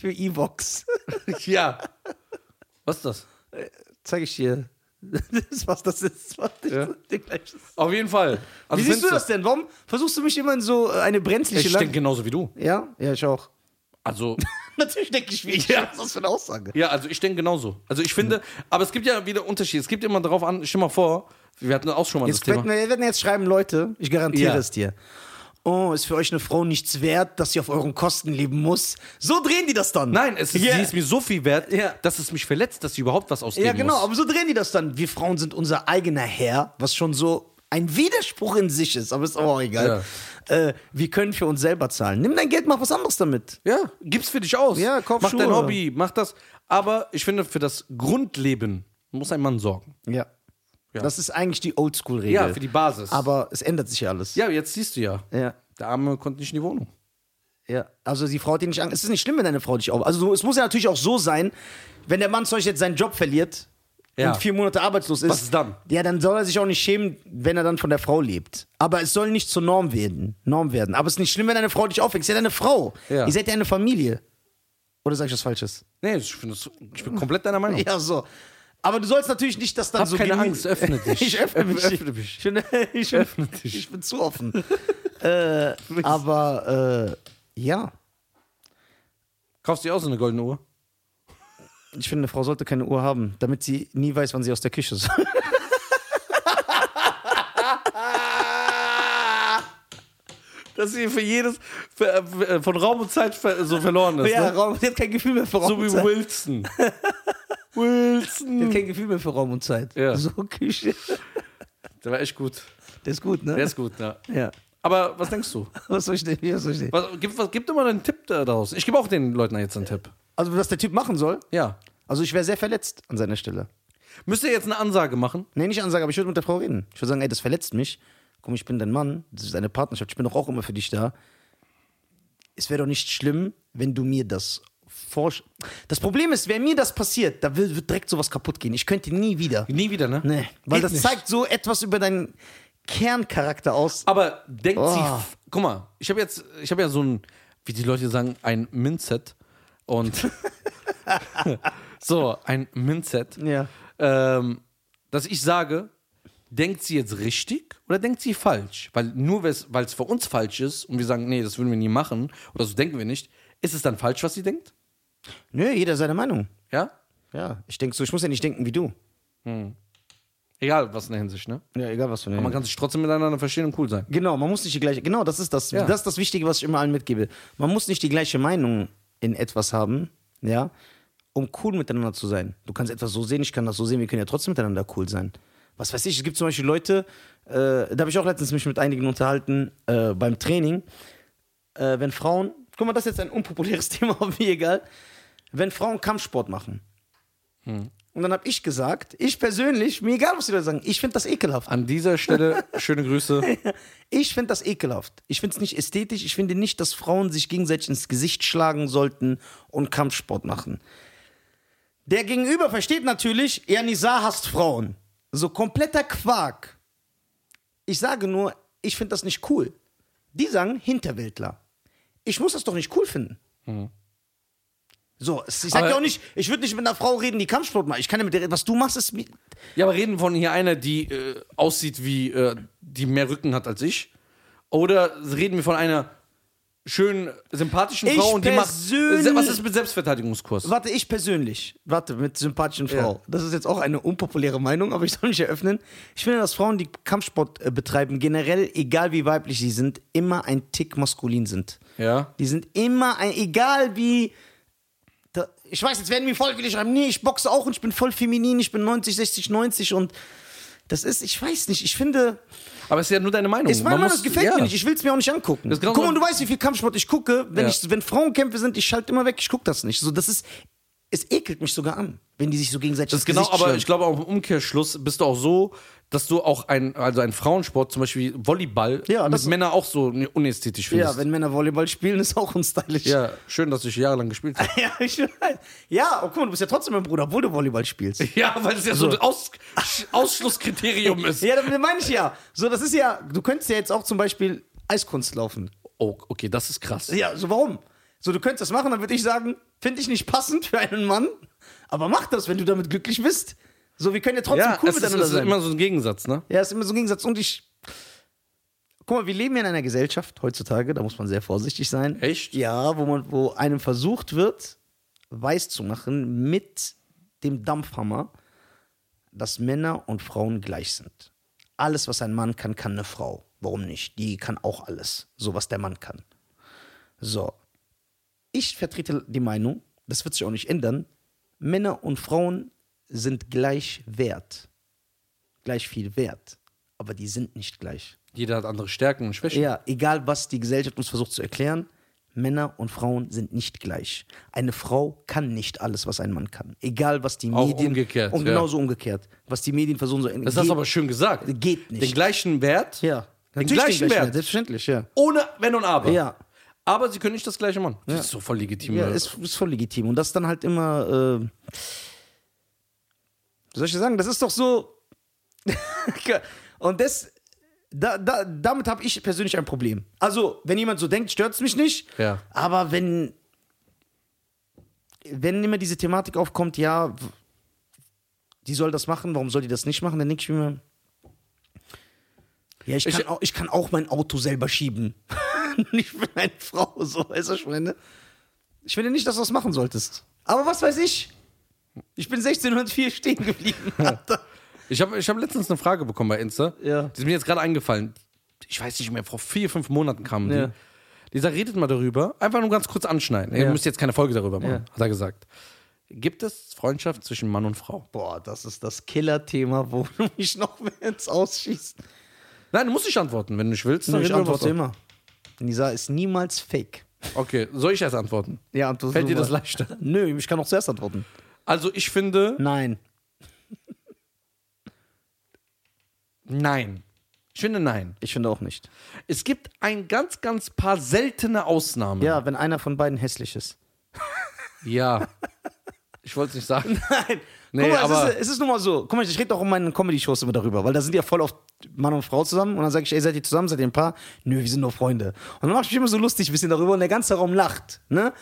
Speaker 1: für Evox.
Speaker 2: Ja. Was ist das?
Speaker 1: Zeig ich dir. Das, was das ist. Was das
Speaker 2: Ja.
Speaker 1: ist. Gleiches.
Speaker 2: Auf jeden Fall. Also
Speaker 1: Wie siehst du
Speaker 2: findest
Speaker 1: das denn? Warum versuchst du mich immer in so äh, eine brenzliche
Speaker 2: Ich denke
Speaker 1: Lage?
Speaker 2: genauso wie du.
Speaker 1: Ja, ja, ich auch.
Speaker 2: Also,
Speaker 1: Natürlich denke ich wie ich. Was ist das für eine Aussage?
Speaker 2: Ja, also ich denke genauso. Also ich finde, aber es gibt ja wieder Unterschiede. Es gibt immer darauf an, stell mal vor, wir hatten auch schon mal
Speaker 1: Jetzt
Speaker 2: das
Speaker 1: werden,
Speaker 2: Thema.
Speaker 1: wir werden jetzt schreiben, Leute, ich garantiere
Speaker 2: Ja.
Speaker 1: es dir. Oh, ist für euch eine Frau nichts wert, dass sie auf euren Kosten leben muss. So drehen die das dann.
Speaker 2: Nein, es ist,
Speaker 1: Ja.
Speaker 2: sie ist mir so viel wert,
Speaker 1: Ja.
Speaker 2: dass es mich verletzt, dass sie überhaupt was ausgeben
Speaker 1: Ja, genau,
Speaker 2: muss.
Speaker 1: aber so drehen die das dann. Wir Frauen sind unser eigener Herr, was schon so ein Widerspruch in sich ist, aber ist auch egal. Äh, wir können für uns selber zahlen. Nimm dein Geld, mach was anderes damit.
Speaker 2: Ja, gib's für dich aus.
Speaker 1: Ja, kauf
Speaker 2: mach dein
Speaker 1: Schuhe.
Speaker 2: Hobby, mach das. Aber ich finde, für das Grundleben muss ein Mann sorgen.
Speaker 1: Ja.
Speaker 2: Ja.
Speaker 1: Das ist eigentlich die Oldschool-Regel.
Speaker 2: Ja, für die Basis.
Speaker 1: aber es ändert sich ja alles.
Speaker 2: ja, jetzt siehst du ja,
Speaker 1: Ja,
Speaker 2: der Arme konnte nicht in die Wohnung.
Speaker 1: ja. Also die Frau hat ihn nicht an. Es ist nicht schlimm, wenn deine Frau dich auf. Also so- es muss ja natürlich auch so sein, wenn der Mann zum Beispiel jetzt seinen Job verliert
Speaker 2: Ja.
Speaker 1: und vier Monate arbeitslos ist.
Speaker 2: Was ist dann?
Speaker 1: Ja, dann soll er sich auch nicht schämen, wenn er dann von der Frau lebt. Aber es soll nicht zur Norm werden. Norm werden. Aber es ist nicht schlimm, wenn deine Frau dich aufwächst. Ihr seid eine Frau.
Speaker 2: Ja.
Speaker 1: Ihr seid ja eine Familie. Oder sag ich was Falsches?
Speaker 2: Nee, ich, finde das- ich bin komplett deiner Meinung.
Speaker 1: Ja, so. Aber du sollst natürlich nicht das dann
Speaker 2: Hab
Speaker 1: so
Speaker 2: keine
Speaker 1: genie-
Speaker 2: Angst, öffne dich.
Speaker 1: ich öffne mich.
Speaker 2: Öffne mich.
Speaker 1: Ich bin, ich bin,
Speaker 2: Öffne dich.
Speaker 1: Ich bin zu offen. äh, aber äh, ja,
Speaker 2: Kaufst du dir auch so eine goldene Uhr?
Speaker 1: ich finde, eine Frau sollte keine Uhr haben, damit sie nie weiß, wann sie aus der Küche ist.
Speaker 2: Dass sie für jedes, für, äh, von Raum und Zeit ver, so verloren ist. ne?
Speaker 1: Raum, sie hat kein Gefühl mehr für Raum
Speaker 2: So wie Wilson. Wilson.
Speaker 1: Sie hat kein Gefühl mehr für Raum und Zeit.
Speaker 2: Ja.
Speaker 1: So Küche.
Speaker 2: Der war echt gut.
Speaker 1: Der ist gut, ne?
Speaker 2: Der ist gut, ja.
Speaker 1: ja.
Speaker 2: Aber was denkst du?
Speaker 1: Was soll ich denn? Was soll ich denn?
Speaker 2: Was, gib, was, gib doch mal einen Tipp da- daraus. Ich gebe auch den Leuten jetzt einen Tipp.
Speaker 1: Also, was der Typ machen soll?
Speaker 2: Ja.
Speaker 1: Also, ich wäre sehr verletzt an seiner Stelle.
Speaker 2: Müsst ihr jetzt eine Ansage machen?
Speaker 1: Nee, nicht ansagen, aber ich würde mit der Frau reden. Ich würde sagen, ey, das verletzt mich. Komm, ich bin dein Mann. Das ist eine Partnerschaft. Ich bin doch auch immer für dich da. Es wäre doch nicht schlimm, wenn du mir das forsch. Das Problem ist, wenn mir das passiert, da wird, wird direkt sowas kaputt gehen. Ich könnte nie wieder.
Speaker 2: Nie wieder, ne?
Speaker 1: Nee, weil
Speaker 2: Geht
Speaker 1: das
Speaker 2: nicht.
Speaker 1: zeigt so etwas über deinen Kerncharakter aus.
Speaker 2: Aber denkt
Speaker 1: Oh.
Speaker 2: sie. f- Guck mal, ich habe jetzt, ich habe ja so ein, wie die Leute sagen, ein Mindset. Und. so, ein Mindset.
Speaker 1: Ja.
Speaker 2: ähm, dass ich sage, denkt sie jetzt richtig oder denkt sie falsch? Weil nur weil es für uns falsch ist und wir sagen, nee, das würden wir nie machen oder so denken wir nicht, ist es dann falsch, was sie denkt?
Speaker 1: Nö, jeder seine Meinung.
Speaker 2: Ja?
Speaker 1: Ja, ich denke so, ich muss ja nicht denken wie du.
Speaker 2: Egal, was in der Hinsicht, ne?
Speaker 1: Ja, egal was für eine.
Speaker 2: Man kann sich trotzdem miteinander verstehen und cool sein.
Speaker 1: Genau, man muss nicht die gleiche. Genau, das ist das.
Speaker 2: Ja.
Speaker 1: Das ist das Wichtige, was ich immer allen mitgebe. Man muss nicht die gleiche Meinung in etwas haben, ja, um cool miteinander zu sein. Du kannst etwas so sehen, ich kann das so sehen, wir können ja trotzdem miteinander cool sein. Was weiß ich, es gibt zum Beispiel Leute, äh, da habe ich auch letztens mich mit einigen unterhalten äh, beim Training, äh, wenn Frauen, guck mal, das ist jetzt ein unpopuläres Thema, aber mir egal, wenn Frauen Kampfsport machen. Und dann habe ich gesagt, ich persönlich, mir egal, was die Leute sagen, ich finde das ekelhaft.
Speaker 2: An dieser Stelle schöne Grüße.
Speaker 1: Ich finde das ekelhaft. Ich finde es nicht ästhetisch. Ich finde nicht, dass Frauen sich gegenseitig ins Gesicht schlagen sollten und Kampfsport machen. Der Gegenüber versteht natürlich, Janisa hasst Frauen. So kompletter Quark. Ich sage nur, ich finde das nicht cool. Die sagen Hinterwäldler. Ich muss das doch nicht cool finden. So, es- ich sage
Speaker 2: Aber-
Speaker 1: ja auch nicht, ich würde nicht mit einer Frau reden, die Kampfsport macht. Ich kann ja mit der reden, was du machst, ist. mir-
Speaker 2: Ja, aber reden von hier einer, die äh, aussieht wie, äh, die mehr Rücken hat als ich? Oder reden wir von einer schönen, sympathischen
Speaker 1: Ich
Speaker 2: Frau und die macht.
Speaker 1: persönlich-
Speaker 2: Was ist mit Selbstverteidigungskurs?
Speaker 1: Warte, ich persönlich. Warte, mit sympathischen Frau. Das ist jetzt auch eine unpopuläre Meinung, aber ich soll nicht eröffnen. Ich finde, dass Frauen, die Kampfsport äh, betreiben, generell, egal wie weiblich sie sind, immer ein Tick maskulin sind.
Speaker 2: Ja.
Speaker 1: Die sind immer ein, egal wie. Da, ich weiß, jetzt werden mir voll viele schreiben, nee, ich boxe auch und ich bin voll feminin, ich bin 90, 60, 90 und das ist, ich weiß nicht, ich finde,
Speaker 2: Aber es ist ja nur deine Meinung.
Speaker 1: ist mein
Speaker 2: Man
Speaker 1: Mann,
Speaker 2: muss-
Speaker 1: das gefällt
Speaker 2: ja.
Speaker 1: mir nicht, ich will es mir auch nicht angucken.
Speaker 2: Das ist genau
Speaker 1: Guck mal,
Speaker 2: so-
Speaker 1: du weißt, wie viel Kampfsport ich gucke, wenn,
Speaker 2: Ja.
Speaker 1: ich, wenn Frauenkämpfe sind, ich schalte immer weg, ich gucke das nicht. So, das ist, es ekelt mich sogar an, wenn die sich so gegenseitig
Speaker 2: Das ist genau, aber ich glaube auch im Umkehrschluss bist du auch so, dass du auch ein, also ein Frauensport, zum Beispiel Volleyball,
Speaker 1: Ja,
Speaker 2: mit
Speaker 1: das-
Speaker 2: Männern auch so unästhetisch
Speaker 1: Ja,
Speaker 2: findest.
Speaker 1: wenn Männer Volleyball spielen, ist auch unstylisch.
Speaker 2: Ja, schön, dass ich jahrelang gespielt habe.
Speaker 1: ja, ich weiß. Ja, oh, guck mal, du bist ja trotzdem mein Bruder, obwohl du Volleyball spielst.
Speaker 2: Ja, weil es ja so, ein Aus Ausschlusskriterium ist.
Speaker 1: Ja, das meine ich ja. So, das ist ja, du könntest ja jetzt auch zum Beispiel Eiskunst laufen.
Speaker 2: Oh, okay, das ist krass.
Speaker 1: Ja, so warum? So, du könntest das machen, dann würde ich sagen, finde ich nicht passend für einen Mann, aber mach das, wenn du damit glücklich bist. So, wir können ja trotzdem
Speaker 2: Ja,
Speaker 1: cool
Speaker 2: es ist,
Speaker 1: miteinander
Speaker 2: es ist
Speaker 1: sein.
Speaker 2: immer so ein Gegensatz, ne?
Speaker 1: Ja, ist immer so ein Gegensatz. Und ich. Guck mal, wir leben ja in einer Gesellschaft heutzutage, da muss man sehr vorsichtig sein.
Speaker 2: Echt?
Speaker 1: Ja, wo, man, wo einem versucht wird, weiß zu machen mit dem Dampfhammer, dass Männer und Frauen gleich sind. Alles, was ein Mann kann, kann eine Frau. Warum nicht? Die kann auch alles, so was der Mann kann. So. Ich vertrete die Meinung, das wird sich auch nicht ändern, Männer und Frauen sind gleich wert. Gleich viel wert. Aber die sind nicht gleich.
Speaker 2: Jeder hat andere Stärken und Schwächen.
Speaker 1: Ja, egal was die Gesellschaft uns versucht zu erklären, Männer und Frauen sind nicht gleich. Eine Frau kann nicht alles, was ein Mann kann. Egal was die
Speaker 2: Auch
Speaker 1: Medien.
Speaker 2: umgekehrt,
Speaker 1: Und
Speaker 2: ja.
Speaker 1: genauso umgekehrt. Was die Medien versuchen so
Speaker 2: Das hast du aber schön gesagt.
Speaker 1: Geht nicht.
Speaker 2: Den gleichen Wert,
Speaker 1: Ja.
Speaker 2: den
Speaker 1: Natürlich
Speaker 2: gleichen Wert,
Speaker 1: Selbstverständlich, ja.
Speaker 2: ohne Wenn und Aber.
Speaker 1: Ja.
Speaker 2: Aber sie können nicht das gleiche machen. Das ist so voll legitim. ne?
Speaker 1: Ja,
Speaker 2: Leute.
Speaker 1: ist, ist voll legitim. Und das dann halt immer. Äh, wie soll ich das sagen? Das ist doch so. Und das. Da, da, damit habe ich persönlich ein Problem. Also, wenn jemand so denkt, stört es mich nicht.
Speaker 2: Ja.
Speaker 1: Aber wenn. Wenn immer diese Thematik aufkommt, ja. w- die soll das machen, warum soll die das nicht machen? Dann denke ich mir, ja, ich kann, auch, ich kann auch mein Auto selber schieben. nicht für eine Frau, so, weißt du, was ich meine? Ich finde nicht, dass du das machen solltest. Aber was weiß ich? Ich bin 1604 stehen geblieben, Alter.
Speaker 2: Ich habe ich hab letztens eine Frage bekommen bei Insta.
Speaker 1: Ja.
Speaker 2: Die ist mir jetzt gerade eingefallen. Ich weiß nicht mehr, vor vier, fünf Monaten kam
Speaker 1: Ja.
Speaker 2: die. Dieser redet mal darüber, einfach nur ganz kurz anschneiden. Ihr
Speaker 1: Ja.
Speaker 2: müsst jetzt keine Folge darüber machen,
Speaker 1: Ja.
Speaker 2: hat er gesagt. Gibt es Freundschaft zwischen Mann und Frau?
Speaker 1: Boah, das ist das Killer-Thema, wo du mich noch mehr ins Ausschießt.
Speaker 2: Nein, du musst nicht antworten. Wenn du nicht willst, dann
Speaker 1: Ich
Speaker 2: reden wir
Speaker 1: antworte
Speaker 2: über
Speaker 1: immer. Nisa ist niemals fake.
Speaker 2: was. Okay, soll ich erst antworten?
Speaker 1: Ja, antwortest
Speaker 2: Fällt
Speaker 1: du
Speaker 2: dir das
Speaker 1: mal.
Speaker 2: leichter?
Speaker 1: Nö, ich kann auch zuerst antworten.
Speaker 2: Also ich finde,
Speaker 1: Nein.
Speaker 2: nein. Ich finde, nein.
Speaker 1: Ich finde auch nicht.
Speaker 2: Es gibt ein ganz, ganz paar seltene Ausnahmen.
Speaker 1: Ja, wenn einer von beiden hässlich ist.
Speaker 2: Ja. Ich wollte es nicht sagen.
Speaker 1: Nein.
Speaker 2: Nee,
Speaker 1: Guck mal,
Speaker 2: aber-
Speaker 1: es, ist, es ist nun mal so. Guck mal, ich rede auch um meinen Comedy-Shows immer darüber, weil da sind die ja voll oft Mann und Frau zusammen und dann sage ich, ey, seid ihr zusammen, seid ihr ein Paar? Nö, wir sind nur Freunde. Und dann mache ich mich immer so lustig ein bisschen darüber und der ganze Raum lacht. Ne?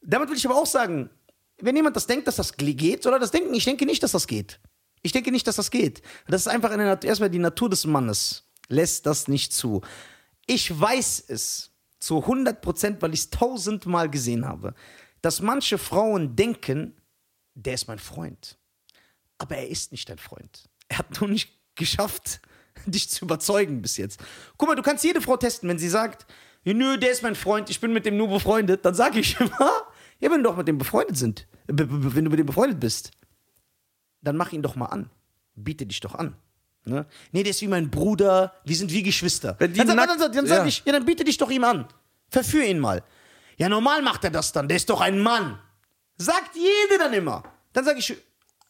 Speaker 1: Damit will ich aber auch sagen, wenn jemand das denkt, dass das gl- geht, soll er das denken. Ich denke nicht, dass das geht. Ich denke nicht, dass das geht. Das ist einfach in der Nat- erstmal die Natur des Mannes. Lässt das nicht zu. Ich weiß es zu 100 Prozent, weil ich es tausendmal gesehen habe, dass manche Frauen denken, der ist mein Freund. Aber er ist nicht dein Freund. Er hat nur nicht geschafft, dich zu überzeugen bis jetzt. Guck mal, du kannst jede Frau testen, wenn sie sagt, nö, der ist mein Freund, ich bin mit dem nur befreundet, dann sage ich immer, ja, wenn du doch mit dem befreundet sind, äh, b- b- wenn du mit dem befreundet bist, dann mach ihn doch mal an. Biete dich doch an. Ne? Nee, der ist wie mein Bruder, wir sind wie Geschwister.
Speaker 2: Wenn die
Speaker 1: dann sag,
Speaker 2: nackt-
Speaker 1: dann, sag- dann sag
Speaker 2: ja.
Speaker 1: ich, ja, dann biete dich doch ihm an. Verführ ihn mal. Ja, normal macht er das dann, der ist doch ein Mann. Sagt jede dann immer. Dann sage ich,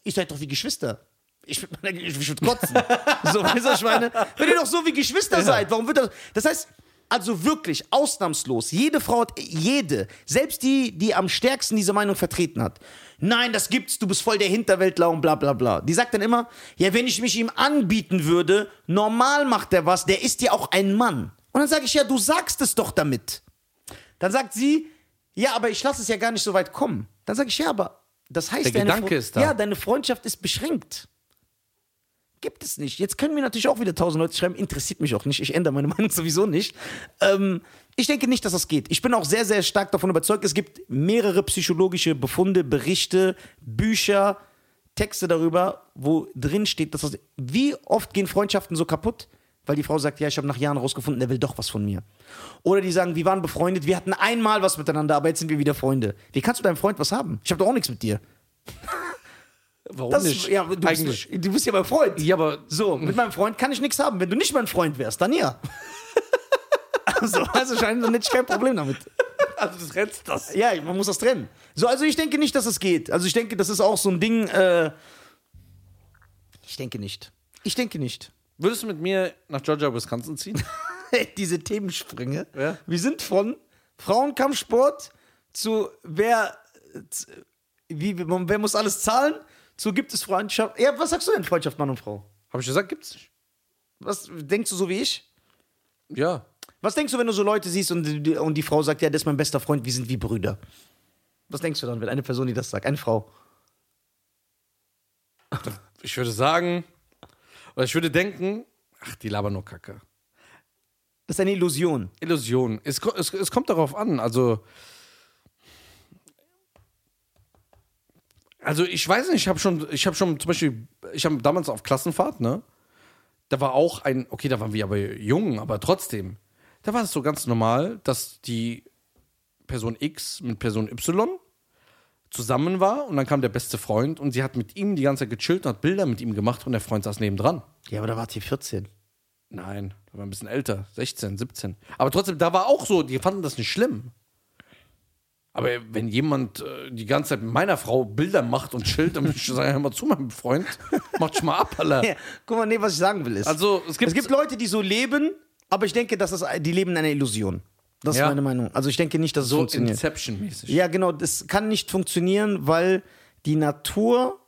Speaker 1: ihr seid doch wie Geschwister. Ich, würd- ich, ich würde kotzen. so, weißt du, was ich meine? Wenn ihr doch so wie Geschwister seid, warum wird das. Das heißt, also wirklich, ausnahmslos, jede Frau hat, jede, selbst die, die am stärksten diese Meinung vertreten hat. Nein, das gibt's, du bist voll der Hinterwäldler und bla bla bla. Die sagt dann immer, ja, wenn ich mich ihm anbieten würde, normal macht er was, der ist ja auch ein Mann. Und dann sage ich, ja, du sagst es doch damit. Dann sagt sie, ja, aber ich lasse es ja gar nicht so weit kommen. Dann sage ich, ja, aber das heißt,
Speaker 2: Der
Speaker 1: deine
Speaker 2: Gedanke
Speaker 1: Fre-
Speaker 2: ist da.
Speaker 1: Ja, deine Freundschaft ist beschränkt. Gibt es nicht. Jetzt können mir natürlich auch wieder tausend Leute schreiben, interessiert mich auch nicht, ich ändere meine Meinung sowieso nicht. Ähm, ich denke nicht, dass das geht. Ich bin auch sehr, sehr stark davon überzeugt, es gibt mehrere psychologische Befunde, Berichte, Bücher, Texte darüber, wo drin steht, dass das. Wie oft gehen Freundschaften so kaputt? Weil die Frau sagt, ja, ich habe nach Jahren rausgefunden, der will doch was von mir. Oder die sagen, wir waren befreundet, wir hatten einmal was miteinander, aber jetzt sind wir wieder Freunde. Wie kannst du deinem Freund was haben? Ich habe doch auch nichts mit dir.
Speaker 2: Warum
Speaker 1: Das,
Speaker 2: nicht?
Speaker 1: ja, du,
Speaker 2: Eigentlich.
Speaker 1: Bist, du bist ja mein Freund.
Speaker 2: Ja, aber
Speaker 1: So, mit meinem Freund kann ich nichts haben. Wenn du nicht mein Freund wärst, dann ja. also, also scheint dann hätte ich kein Problem damit.
Speaker 2: also das rennst das.
Speaker 1: Ja, man muss das trennen. So, also ich denke nicht, dass es geht. Also ich denke, das ist auch so ein Ding. Äh, ich denke nicht. Ich denke nicht.
Speaker 2: Würdest du mit mir nach Georgia, Wisconsin ziehen?
Speaker 1: Diese Themensprünge.
Speaker 2: Ja.
Speaker 1: Wir sind von Frauenkampfsport zu wer, z- wie, wer muss alles zahlen zu gibt es Freundschaft. Ja, was sagst du denn Freundschaft Mann und Frau?
Speaker 2: Habe ich gesagt, gibt's nicht.
Speaker 1: Was denkst du so wie ich?
Speaker 2: Ja.
Speaker 1: Was denkst du, wenn du so Leute siehst und, die- und die Frau sagt, ja, das ist mein bester Freund, wir sind wie Brüder? Was denkst du dann, wenn eine Person, die das sagt, eine Frau?
Speaker 2: Ich würde sagen, oder ich würde denken, ach, die labern nur Kacke.
Speaker 1: Das ist eine Illusion.
Speaker 2: Illusion. Es, ko- es, es kommt darauf an. Also, also ich weiß nicht, ich habe schon, ich habe schon zum Beispiel, ich habe damals auf Klassenfahrt, ne? Da war auch ein, okay, da waren wir aber jung, aber trotzdem, da war es so ganz normal, dass die Person X mit Person Y zusammen war und dann kam der beste Freund und sie hat mit ihm die ganze Zeit gechillt und hat Bilder mit ihm gemacht und der Freund saß nebendran.
Speaker 1: Ja, aber da wart ihr 14.
Speaker 2: Nein, da war ein bisschen älter, 16, 17. Aber trotzdem, da war auch so, die fanden das nicht schlimm. Aber wenn jemand äh, die ganze Zeit mit meiner Frau Bilder macht und chillt, dann würde ich sagen, hör mal zu, mein Freund, mach dich mal ab, Alter.
Speaker 1: Ja, guck mal, nee, was ich sagen will ist,
Speaker 2: Also, es gibt,
Speaker 1: es gibt Leute, die so leben, aber ich denke, dass das, die leben in einer Illusion. Das
Speaker 2: Ja.
Speaker 1: ist meine Meinung. Also ich denke nicht, dass es
Speaker 2: so
Speaker 1: funktioniert.
Speaker 2: Inception-mäßig.
Speaker 1: Ja, genau, das kann nicht funktionieren, weil die Natur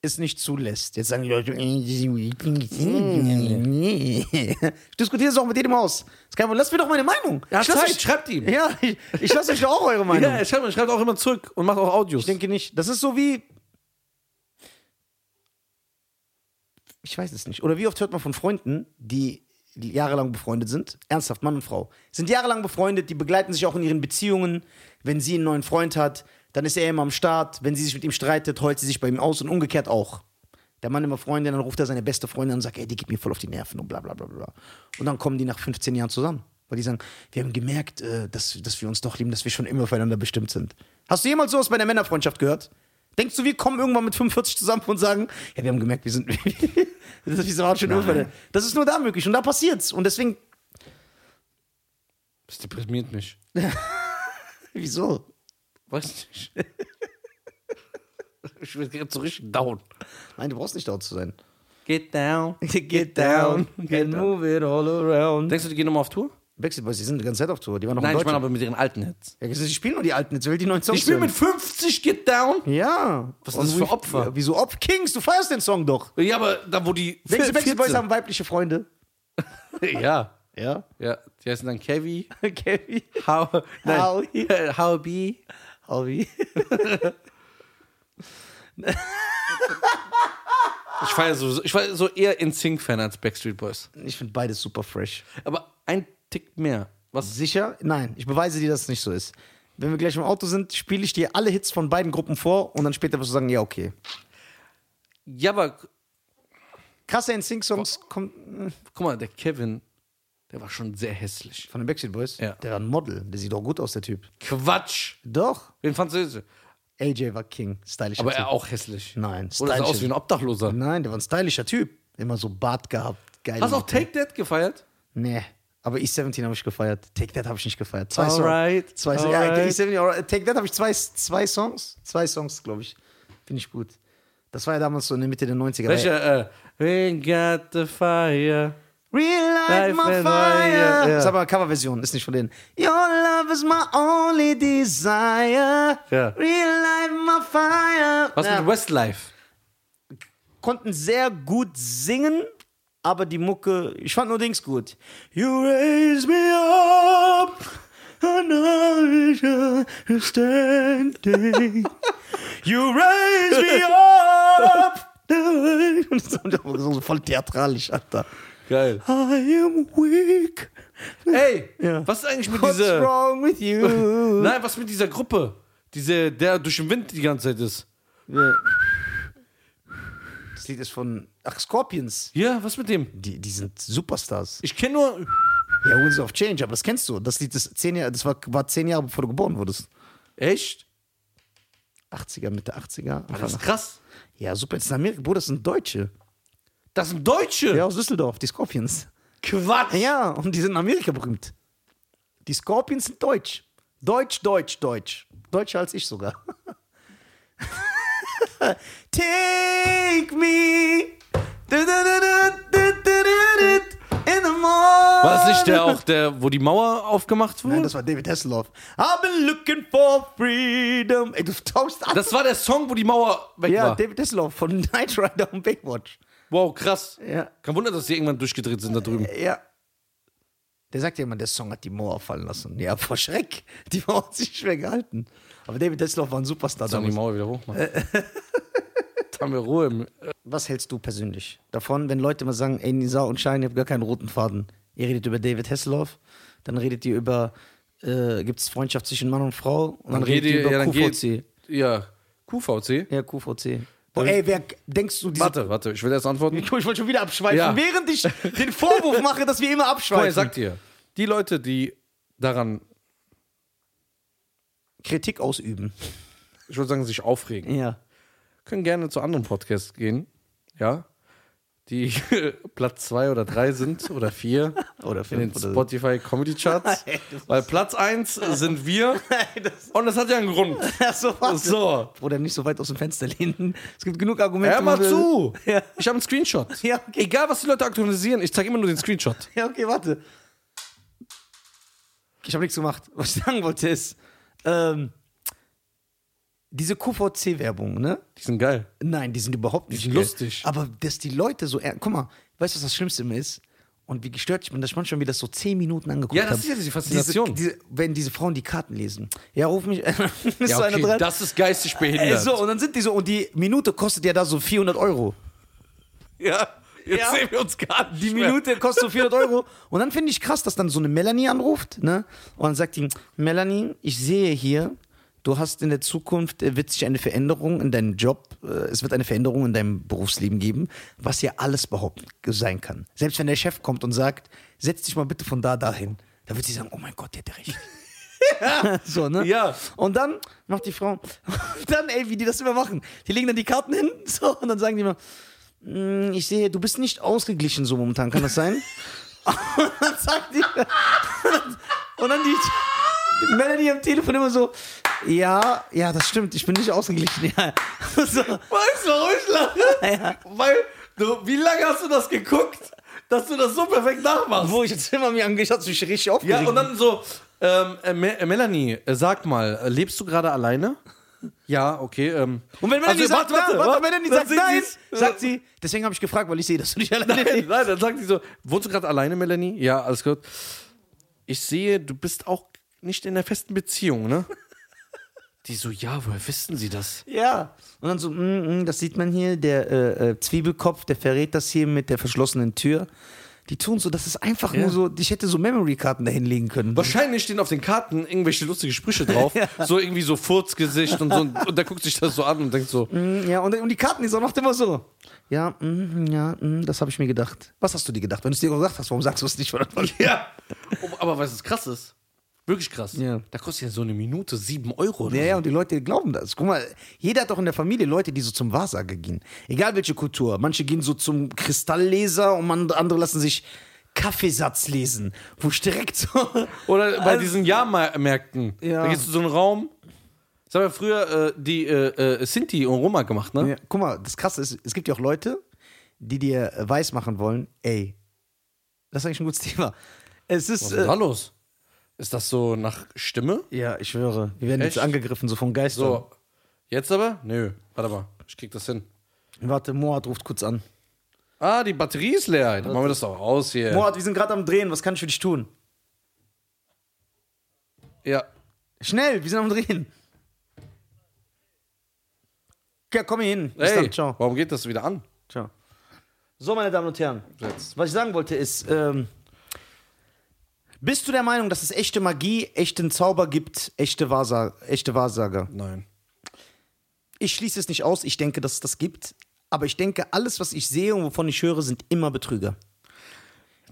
Speaker 1: es nicht zulässt. Jetzt sagen die Leute, ich diskutiere es auch mit jedem aus. Das kann, lass mir doch meine Meinung.
Speaker 2: Ja,
Speaker 1: ich lass
Speaker 2: Zeit,
Speaker 1: euch-
Speaker 2: schreibt ihm.
Speaker 1: Ja, ich, ich lasse euch doch auch eure Meinung.
Speaker 2: Ja, er schreibt, er schreibt auch immer zurück und macht auch Audios.
Speaker 1: Ich denke nicht. Das ist so wie, Ich weiß es nicht. Oder wie oft hört man von Freunden, die die jahrelang befreundet sind, ernsthaft, Mann und Frau, sind jahrelang befreundet, die begleiten sich auch in ihren Beziehungen. Wenn sie einen neuen Freund hat, dann ist er immer am Start. Wenn sie sich mit ihm streitet, heult sie sich bei ihm aus und umgekehrt auch. Der Mann immer Freundin, dann ruft er seine beste Freundin an und sagt, ey, die geht mir voll auf die Nerven und bla bla bla bla. Und dann kommen die nach 15 Jahren zusammen. Weil die sagen, wir haben gemerkt, äh, dass, dass wir uns doch lieben, dass wir schon immer füreinander bestimmt sind. Hast du jemals sowas bei einer Männerfreundschaft gehört? Denkst du, wir kommen irgendwann mit 45 zusammen und sagen, ja, wir haben gemerkt, wir sind. das, ist, wir waren schon Unfälle. das ist nur da möglich und da passiert's. Und deswegen.
Speaker 2: Das deprimiert mich.
Speaker 1: Wieso?
Speaker 2: Weiß nicht. ich bin jetzt so richtig down.
Speaker 1: Nein, du brauchst nicht dort zu sein.
Speaker 2: Get down,
Speaker 1: Get down, get
Speaker 2: move it all around. Denkst du, die gehen nochmal auf Tour?
Speaker 1: Backstreet Boys, die sind die ganze Zeit auf Tour. Die waren noch
Speaker 2: Nein,
Speaker 1: in
Speaker 2: ich meine
Speaker 1: Deutschland.
Speaker 2: aber mit ihren alten Hits.
Speaker 1: ja, die spielen nur die alten, jetzt will die neuen Songs.
Speaker 2: Ich spiele mit
Speaker 1: hören.
Speaker 2: 50 Get Down.
Speaker 1: Ja.
Speaker 2: Was ist das
Speaker 1: Und
Speaker 2: für
Speaker 1: wie-
Speaker 2: Opfer?
Speaker 1: Wieso Opfer? Kings, du feierst den Song doch.
Speaker 2: Ja, aber da, wo die.
Speaker 1: Denkst du,
Speaker 2: 14
Speaker 1: Backstreet Boys haben weibliche Freunde?
Speaker 2: Ja.
Speaker 1: Ja.
Speaker 2: Ja, die heißen dann Kevin.
Speaker 1: Kevin.
Speaker 2: How.
Speaker 1: Howie.
Speaker 2: Nein. äh, How be.
Speaker 1: Howie.
Speaker 2: Ich war ja so, ich war so eher in Sync-Fan als Backstreet Boys.
Speaker 1: Ich finde beides super fresh.
Speaker 2: Aber ein Tick mehr. Was?
Speaker 1: Sicher? Nein, ich beweise dir, dass es nicht so ist. Wenn wir gleich im Auto sind, spiele ich dir alle Hits von beiden Gruppen vor und dann später wirst du sagen, ja, okay.
Speaker 2: Ja, aber
Speaker 1: Krasse NSYNC-Songs kommen äh, mh,
Speaker 2: guck mal, der Kevin, der war schon sehr hässlich.
Speaker 1: von den Backstreet Boys.
Speaker 2: Ja.
Speaker 1: Der war ein Model. Der sieht doch gut aus, der Typ.
Speaker 2: Quatsch!
Speaker 1: Doch.
Speaker 2: Wen fandst du?
Speaker 1: AJ war King. Stylischer
Speaker 2: Aber
Speaker 1: Typ.
Speaker 2: er auch hässlich.
Speaker 1: Nein,
Speaker 2: Oder sah
Speaker 1: stylisch.
Speaker 2: aus wie ein Obdachloser.
Speaker 1: Nein, der war ein stylischer Typ. Immer so Bart gehabt. Geil.
Speaker 2: Hast du auch Take That gefeiert?
Speaker 1: Nee. Aber East 17 habe ich gefeiert. Take That habe ich nicht gefeiert. Zwei Songs.
Speaker 2: Alright,
Speaker 1: Zwei Songs.
Speaker 2: alright.
Speaker 1: Ja, E East 17, alright. Take That habe ich zwei, zwei Songs. Zwei Songs, glaube ich. Finde ich gut. Das war ja damals so in der Mitte der 90er.
Speaker 2: Welcher? Äh, We got the fire.
Speaker 1: Relight
Speaker 2: Life
Speaker 1: my
Speaker 2: and
Speaker 1: fire.
Speaker 2: fire.
Speaker 1: Das ist aber eine Coverversion, ist nicht von denen. Your love is my only desire.
Speaker 2: Ja.
Speaker 1: Relight my fire.
Speaker 2: Was
Speaker 1: Ja.
Speaker 2: mit Westlife?
Speaker 1: Konnten sehr gut singen, aber die Mucke, ich fand nur Dings gut. You raise me up. And I shall standing. You raise me up. Und so so voll theatralisch, Alter.
Speaker 2: Geil.
Speaker 1: I am weak.
Speaker 2: Ey,
Speaker 1: Ja.
Speaker 2: was ist eigentlich mit
Speaker 1: What's
Speaker 2: dieser.
Speaker 1: wrong with you?
Speaker 2: Nein, was mit dieser Gruppe? Diese, der durch den Wind die ganze Zeit ist.
Speaker 1: Das Lied ist von ach, Scorpions.
Speaker 2: Ja, was mit dem?
Speaker 1: Die, die sind Superstars.
Speaker 2: Ich kenne nur.
Speaker 1: Ja, Winds of Change, aber das kennst du. Das Lied ist zehn Jahre, das war, war zehn Jahre, bevor du geboren wurdest.
Speaker 2: Echt?
Speaker 1: 80er, Mitte 80er.
Speaker 2: Das ist
Speaker 1: Anfang-
Speaker 2: krass.
Speaker 1: Ja, super. Das ist in Amerika, Bruder, das sind Deutsche.
Speaker 2: Das sind Deutsche.
Speaker 1: Ja, aus Düsseldorf, die Scorpions.
Speaker 2: Quatsch.
Speaker 1: Ah Ja, und die sind in Amerika berühmt. Die Scorpions sind deutsch. Deutsch, deutsch, deutsch. Deutscher als ich sogar. Take me. Du, du, du, du, du, du, du, du, In the morning.
Speaker 2: War das nicht der auch, der, wo die Mauer aufgemacht wurde?
Speaker 1: Nein, das war David Hasselhoff. I've been looking for freedom. Ey, du tauschst ab.
Speaker 2: das war der Song, wo die Mauer weg
Speaker 1: ja,
Speaker 2: war.
Speaker 1: David Hasselhoff von Knight Rider und Baywatch.
Speaker 2: Wow, krass.
Speaker 1: Ja. Äh,
Speaker 2: Kein Wunder, dass die irgendwann durchgedreht sind da drüben.
Speaker 1: Ja. Der sagt ja immer, der Song hat die Mauer fallen lassen. Ja, vor Schreck. Die Mauer hat sich schwer gehalten. Aber David Hasselhoff war ein Superstar
Speaker 2: Dann die
Speaker 1: damals.
Speaker 2: Mauer wieder hoch, Mann.
Speaker 1: äh.
Speaker 2: Jetzt haben wir Ruhe. Im
Speaker 1: Was hältst du persönlich davon, wenn Leute mal sagen, ey, Nisa und Schein, ihr habt gar keinen roten Faden? Ihr redet über David Hasselhoff, dann redet ihr über, äh, gibt es Freundschaft zwischen Mann und Frau? Und dann, redet ihr über
Speaker 2: ja, dann
Speaker 1: QVC.
Speaker 2: geht- Ja, QVC.
Speaker 1: Ja, QVC. Boah, ey, wer denkst du, diese
Speaker 2: Warte, warte, ich will erst antworten.
Speaker 1: Ich wollte schon wieder abschweifen,
Speaker 2: Ja.
Speaker 1: während ich den Vorwurf mache, dass wir immer
Speaker 2: Guck mal, er
Speaker 1: abschweifen.
Speaker 2: sagt dir, die Leute, die daran,
Speaker 1: Kritik ausüben.
Speaker 2: ich würde sagen, sich aufregen,
Speaker 1: Ja.
Speaker 2: können gerne zu anderen Podcasts gehen. Ja. Die Platz zwei oder drei sind oder vier
Speaker 1: Oder
Speaker 2: in den
Speaker 1: fünf oder
Speaker 2: Spotify Comedy Charts.
Speaker 1: Ey, das
Speaker 2: Weil Platz eins sind wir
Speaker 1: das-
Speaker 2: und das hat ja einen Grund.
Speaker 1: Ja, so was.
Speaker 2: So.
Speaker 1: Oder nicht so weit aus dem Fenster lehnen. Es gibt genug Argumente.
Speaker 2: Hör mal
Speaker 1: wo wir-
Speaker 2: zu.
Speaker 1: Ja.
Speaker 2: Ich habe einen Screenshot.
Speaker 1: Ja, okay.
Speaker 2: Egal, was die Leute aktualisieren, ich zeige immer nur den Screenshot.
Speaker 1: Ja, okay, warte. Ich habe nichts gemacht. Was ich sagen wollte ist, ähm, diese QVC-Werbung, ne?
Speaker 2: Die sind geil.
Speaker 1: Nein, die sind überhaupt nicht
Speaker 2: sind
Speaker 1: geil.
Speaker 2: lustig.
Speaker 1: Aber dass die Leute so, er- guck mal, weißt du, was das Schlimmste immer ist? Und wie gestört ich bin, dass ich manchmal mir das so zehn Minuten angeguckt
Speaker 2: Ja, das
Speaker 1: habe.
Speaker 2: ist ja die Faszination.
Speaker 1: Diese, diese, wenn diese Frauen die Karten lesen. Ja, ruf mich. ist so
Speaker 2: Ja,
Speaker 1: einer
Speaker 2: okay,
Speaker 1: dran.
Speaker 2: das ist geistig
Speaker 1: Ey,
Speaker 2: behindert.
Speaker 1: so, und dann sind die so, und die Minute kostet ja da so 400 Euro.
Speaker 2: Ja. Jetzt sehen wir uns gar nicht
Speaker 1: Die
Speaker 2: mehr.
Speaker 1: Minute kostet so 400 Euro. Und dann finde ich krass, dass dann so eine Melanie anruft, ne? Und dann sagt die, Melanie, ich sehe hier, du hast in der Zukunft, äh, wird sich eine Veränderung in deinem Job, äh, es wird eine Veränderung in deinem Berufsleben geben, was ja alles behaupten sein kann. Selbst wenn der Chef kommt und sagt, setz dich mal bitte von da dahin, da wird sie sagen, oh mein Gott, der hat ja recht. so, ne?
Speaker 2: Ja.
Speaker 1: Und dann macht die Frau, und dann, ey, wie die das immer machen. Die legen dann die Karten hin, so, und dann sagen die immer, "Mm, ich sehe, du bist nicht ausgeglichen so momentan, kann das sein? und dann sagt die, und dann die, die Melanie am Telefon immer so, ja, ja, das stimmt, ich bin nicht ausgeglichen, ja. so,
Speaker 2: Weißt du, warum ich lache?
Speaker 1: Ja.
Speaker 2: Weil, du, wie lange hast du das geguckt, dass du das so perfekt nachmachst?
Speaker 1: wo ich jetzt immer mir angeschaut, habe, ich richtig aufgeregt.
Speaker 2: Ja, und dann so, ähm, äh, Me- äh, Melanie, äh, sag mal, äh, lebst du gerade alleine? Ja, okay. Ähm.
Speaker 1: Und wenn Melanie
Speaker 2: Also, warte,
Speaker 1: sagt,
Speaker 2: warte,
Speaker 1: nein, warte, wenn Melanie
Speaker 2: dann
Speaker 1: sagt
Speaker 2: singt
Speaker 1: nein,
Speaker 2: sie's.
Speaker 1: sagt sie, deswegen habe ich gefragt, weil ich sehe, dass du nicht alleine
Speaker 2: Nein,
Speaker 1: lebst.
Speaker 2: nein, dann sagt sie so, wohnst du gerade alleine, Melanie? Ja, alles gut. Ich sehe, du bist auch nicht in einer festen Beziehung, ne? Die so, ja, woher wissen sie das?
Speaker 1: Ja. Und dann so, mm, mm, das sieht man hier, der äh, äh, Zwiebelkopf, der verrät das hier mit der verschlossenen Tür. Die tun so, das ist einfach nur so, ich hätte so Memory-Karten da hinlegen können.
Speaker 2: Wahrscheinlich stehen auf den Karten irgendwelche lustige Sprüche drauf. So irgendwie so Furzgesicht und so. Und da guckt sich das so an und denkt so,
Speaker 1: Mm, Ja, und, und die Karten, die macht immer so. Ja, mm, ja, mm, das habe ich mir gedacht. Was hast du dir gedacht? Wenn du es dir gesagt hast, warum sagst du es nicht? verdammt?
Speaker 2: ja. Oh, Aber was ist krass ist? Wirklich krass.
Speaker 1: Ja.
Speaker 2: Da kostet ja so eine Minute sieben Euro. Oder
Speaker 1: Ja,
Speaker 2: so.
Speaker 1: ja, und die Leute glauben das. Guck mal, jeder hat doch in der Familie Leute, die so zum Wahrsager gehen. Egal welche Kultur. Manche gehen so zum Kristallleser und man- andere lassen sich Kaffeesatz lesen. Wo ich direkt so.
Speaker 2: Oder bei diesen Jahrmärkten.
Speaker 1: Also, Ja.
Speaker 2: Da gehst du in so einen Raum. Das haben ja früher äh, die äh, äh, Sinti und Roma gemacht, ne?
Speaker 1: Ja, guck mal, das Krasse ist, es gibt ja auch Leute, die dir äh, weismachen wollen, ey, das ist eigentlich ein gutes Thema. Es ist.
Speaker 2: Was ist
Speaker 1: Äh,
Speaker 2: da los? Ist das so nach Stimme?
Speaker 1: ja, ich schwöre, wir werden jetzt
Speaker 2: Echt?
Speaker 1: angegriffen, so von Geistern.
Speaker 2: So. Jetzt aber? Nö. Warte mal. Ich krieg das hin.
Speaker 1: Warte, Moat ruft kurz an.
Speaker 2: Ah, die Batterie ist leer. Dann machen wir das doch aus hier.
Speaker 1: Moat, wir sind gerade am Drehen, was kann ich für dich tun?
Speaker 2: Ja.
Speaker 1: Schnell, wir sind am Drehen. Ja, komm hier hin. Bis
Speaker 2: Hey,
Speaker 1: dann, ciao.
Speaker 2: warum geht das wieder an?
Speaker 1: ciao. So, meine Damen und Herren,
Speaker 2: Jetzt.
Speaker 1: was ich sagen wollte ist, ähm, bist du der Meinung, dass es echte Magie, echten Zauber gibt, echte, Wahrsa echte Wahrsager?
Speaker 2: Nein.
Speaker 1: Ich schließe es nicht aus, ich denke, dass es das gibt. Aber ich denke, alles, was ich sehe und wovon ich höre, sind immer Betrüger.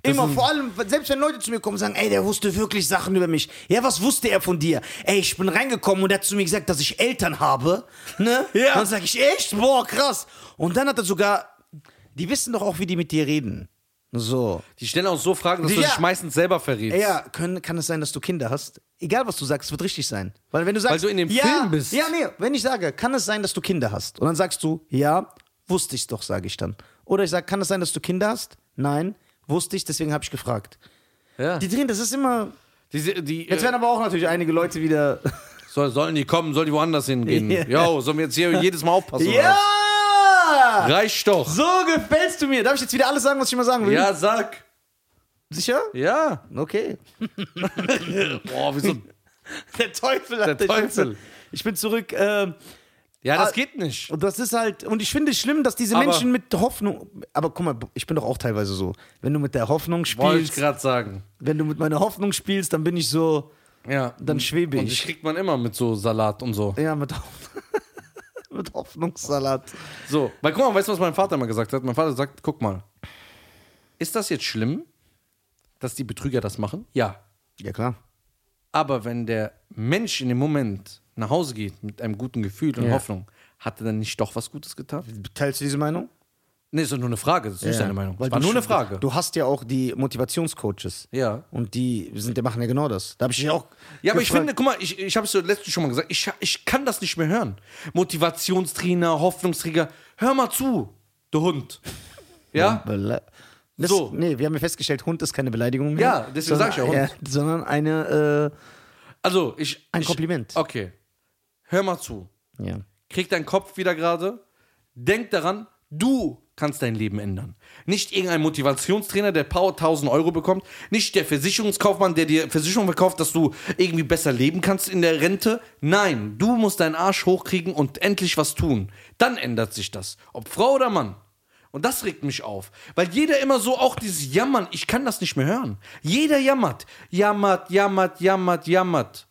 Speaker 1: Immer, vor allem, selbst wenn Leute zu mir kommen und sagen, ey, der wusste wirklich Sachen über mich. Ja, was wusste er von dir? Ey, ich bin reingekommen und er hat zu mir gesagt, dass ich Eltern habe. Ne?
Speaker 2: Ja.
Speaker 1: Dann sage ich, echt? Boah, krass. Und dann hat er sogar, die wissen doch auch, wie die mit dir reden. So.
Speaker 2: Die stellen auch so Fragen, dass du
Speaker 1: Ja.
Speaker 2: dich meistens selber verrätst.
Speaker 1: Ja, können, kann es sein, dass du Kinder hast? Egal, was du sagst, wird richtig sein. Weil wenn du sagst,
Speaker 2: Weil du in dem
Speaker 1: ja,
Speaker 2: Film bist.
Speaker 1: Ja, nee, wenn ich sage, kann es sein, dass du Kinder hast? Und dann sagst du, ja, wusste ich's doch, sage ich dann. Oder ich sage, kann es sein, dass du Kinder hast? Nein, wusste ich, deswegen habe ich gefragt.
Speaker 2: Ja.
Speaker 1: Die drehen, das ist immer.
Speaker 2: Die, die, äh,
Speaker 1: Jetzt werden aber auch natürlich einige Leute wieder.
Speaker 2: soll, sollen die kommen? Sollen die woanders hingehen?
Speaker 1: Ja.
Speaker 2: Jo, sollen wir jetzt hier jedes Mal aufpassen? oder was?
Speaker 1: ja!
Speaker 2: Reicht doch.
Speaker 1: So gefällst du mir. Darf ich jetzt wieder alles sagen, was ich immer sagen will?
Speaker 2: Ja, sag.
Speaker 1: Sicher?
Speaker 2: Ja.
Speaker 1: Okay.
Speaker 2: Boah, wieso?
Speaker 1: Der Teufel hat
Speaker 2: Der
Speaker 1: dich-
Speaker 2: Teufel.
Speaker 1: Ich bin zurück. Ähm,
Speaker 2: Ja,
Speaker 1: Ah.
Speaker 2: das geht nicht.
Speaker 1: Und das ist halt, und ich finde es schlimm, dass diese
Speaker 2: Aber-
Speaker 1: Menschen mit Hoffnung, aber guck mal, ich bin doch auch teilweise so, wenn du mit der Hoffnung
Speaker 2: Wollte ich
Speaker 1: spielst,
Speaker 2: gerade sagen.
Speaker 1: wenn du mit meiner Hoffnung spielst, dann bin ich so,
Speaker 2: Ja.
Speaker 1: dann schwebe
Speaker 2: und dich
Speaker 1: ich.
Speaker 2: kriegt man immer mit so Salat und so.
Speaker 1: Ja, mit, Hoff- mit Hoffnungssalat.
Speaker 2: So, weil guck mal, weißt du, was mein Vater immer gesagt hat? Mein Vater sagt, guck mal, ist das jetzt schlimm, dass die Betrüger das machen? Ja.
Speaker 1: Ja, klar.
Speaker 2: Aber wenn der Mensch in dem Moment nach Hause geht mit einem guten Gefühl und
Speaker 1: Ja.
Speaker 2: Hoffnung, hat er dann nicht doch was Gutes getan?
Speaker 1: Teilst du diese Meinung?
Speaker 2: Nee, ist doch nur eine Frage. Das ist nicht
Speaker 1: Ja.
Speaker 2: seine Meinung.
Speaker 1: Weil
Speaker 2: war
Speaker 1: du-
Speaker 2: nur eine Frage.
Speaker 1: Du hast ja auch die Motivationscoaches.
Speaker 2: Ja.
Speaker 1: Und die sind, die machen ja genau das. Da habe ich dich auch.
Speaker 2: Ja, aber ich
Speaker 1: gefragt.
Speaker 2: finde, guck mal, ich, ich habe es ja letztens schon mal gesagt, ich, ich kann das nicht mehr hören. Motivationstrainer, Hoffnungsträger, hör mal zu, du Hund. Ja?
Speaker 1: Bele das,
Speaker 2: So.
Speaker 1: Nee, wir haben ja festgestellt, Hund ist keine Beleidigung mehr.
Speaker 2: Ja, deswegen
Speaker 1: sondern-
Speaker 2: sag ich ja Hund.
Speaker 1: äh, sondern eine,
Speaker 2: Also, ich.
Speaker 1: Ein
Speaker 2: ich,
Speaker 1: Kompliment.
Speaker 2: Okay. Hör mal zu.
Speaker 1: äh, ja.
Speaker 2: Krieg deinen Kopf wieder gerade. Denk daran, du kannst dein Leben ändern. Nicht irgendein Motivationstrainer, der Power 1000 Euro bekommt. Nicht der Versicherungskaufmann, der dir Versicherung verkauft, dass du irgendwie besser leben kannst in der Rente. Nein, du musst deinen Arsch hochkriegen und endlich was tun. Dann ändert sich das. Ob Frau oder Mann. Und das regt mich auf. Weil jeder immer so auch dieses Jammern, ich kann das nicht mehr hören. Jeder jammert. Jammert, jammert, jammert, jammert.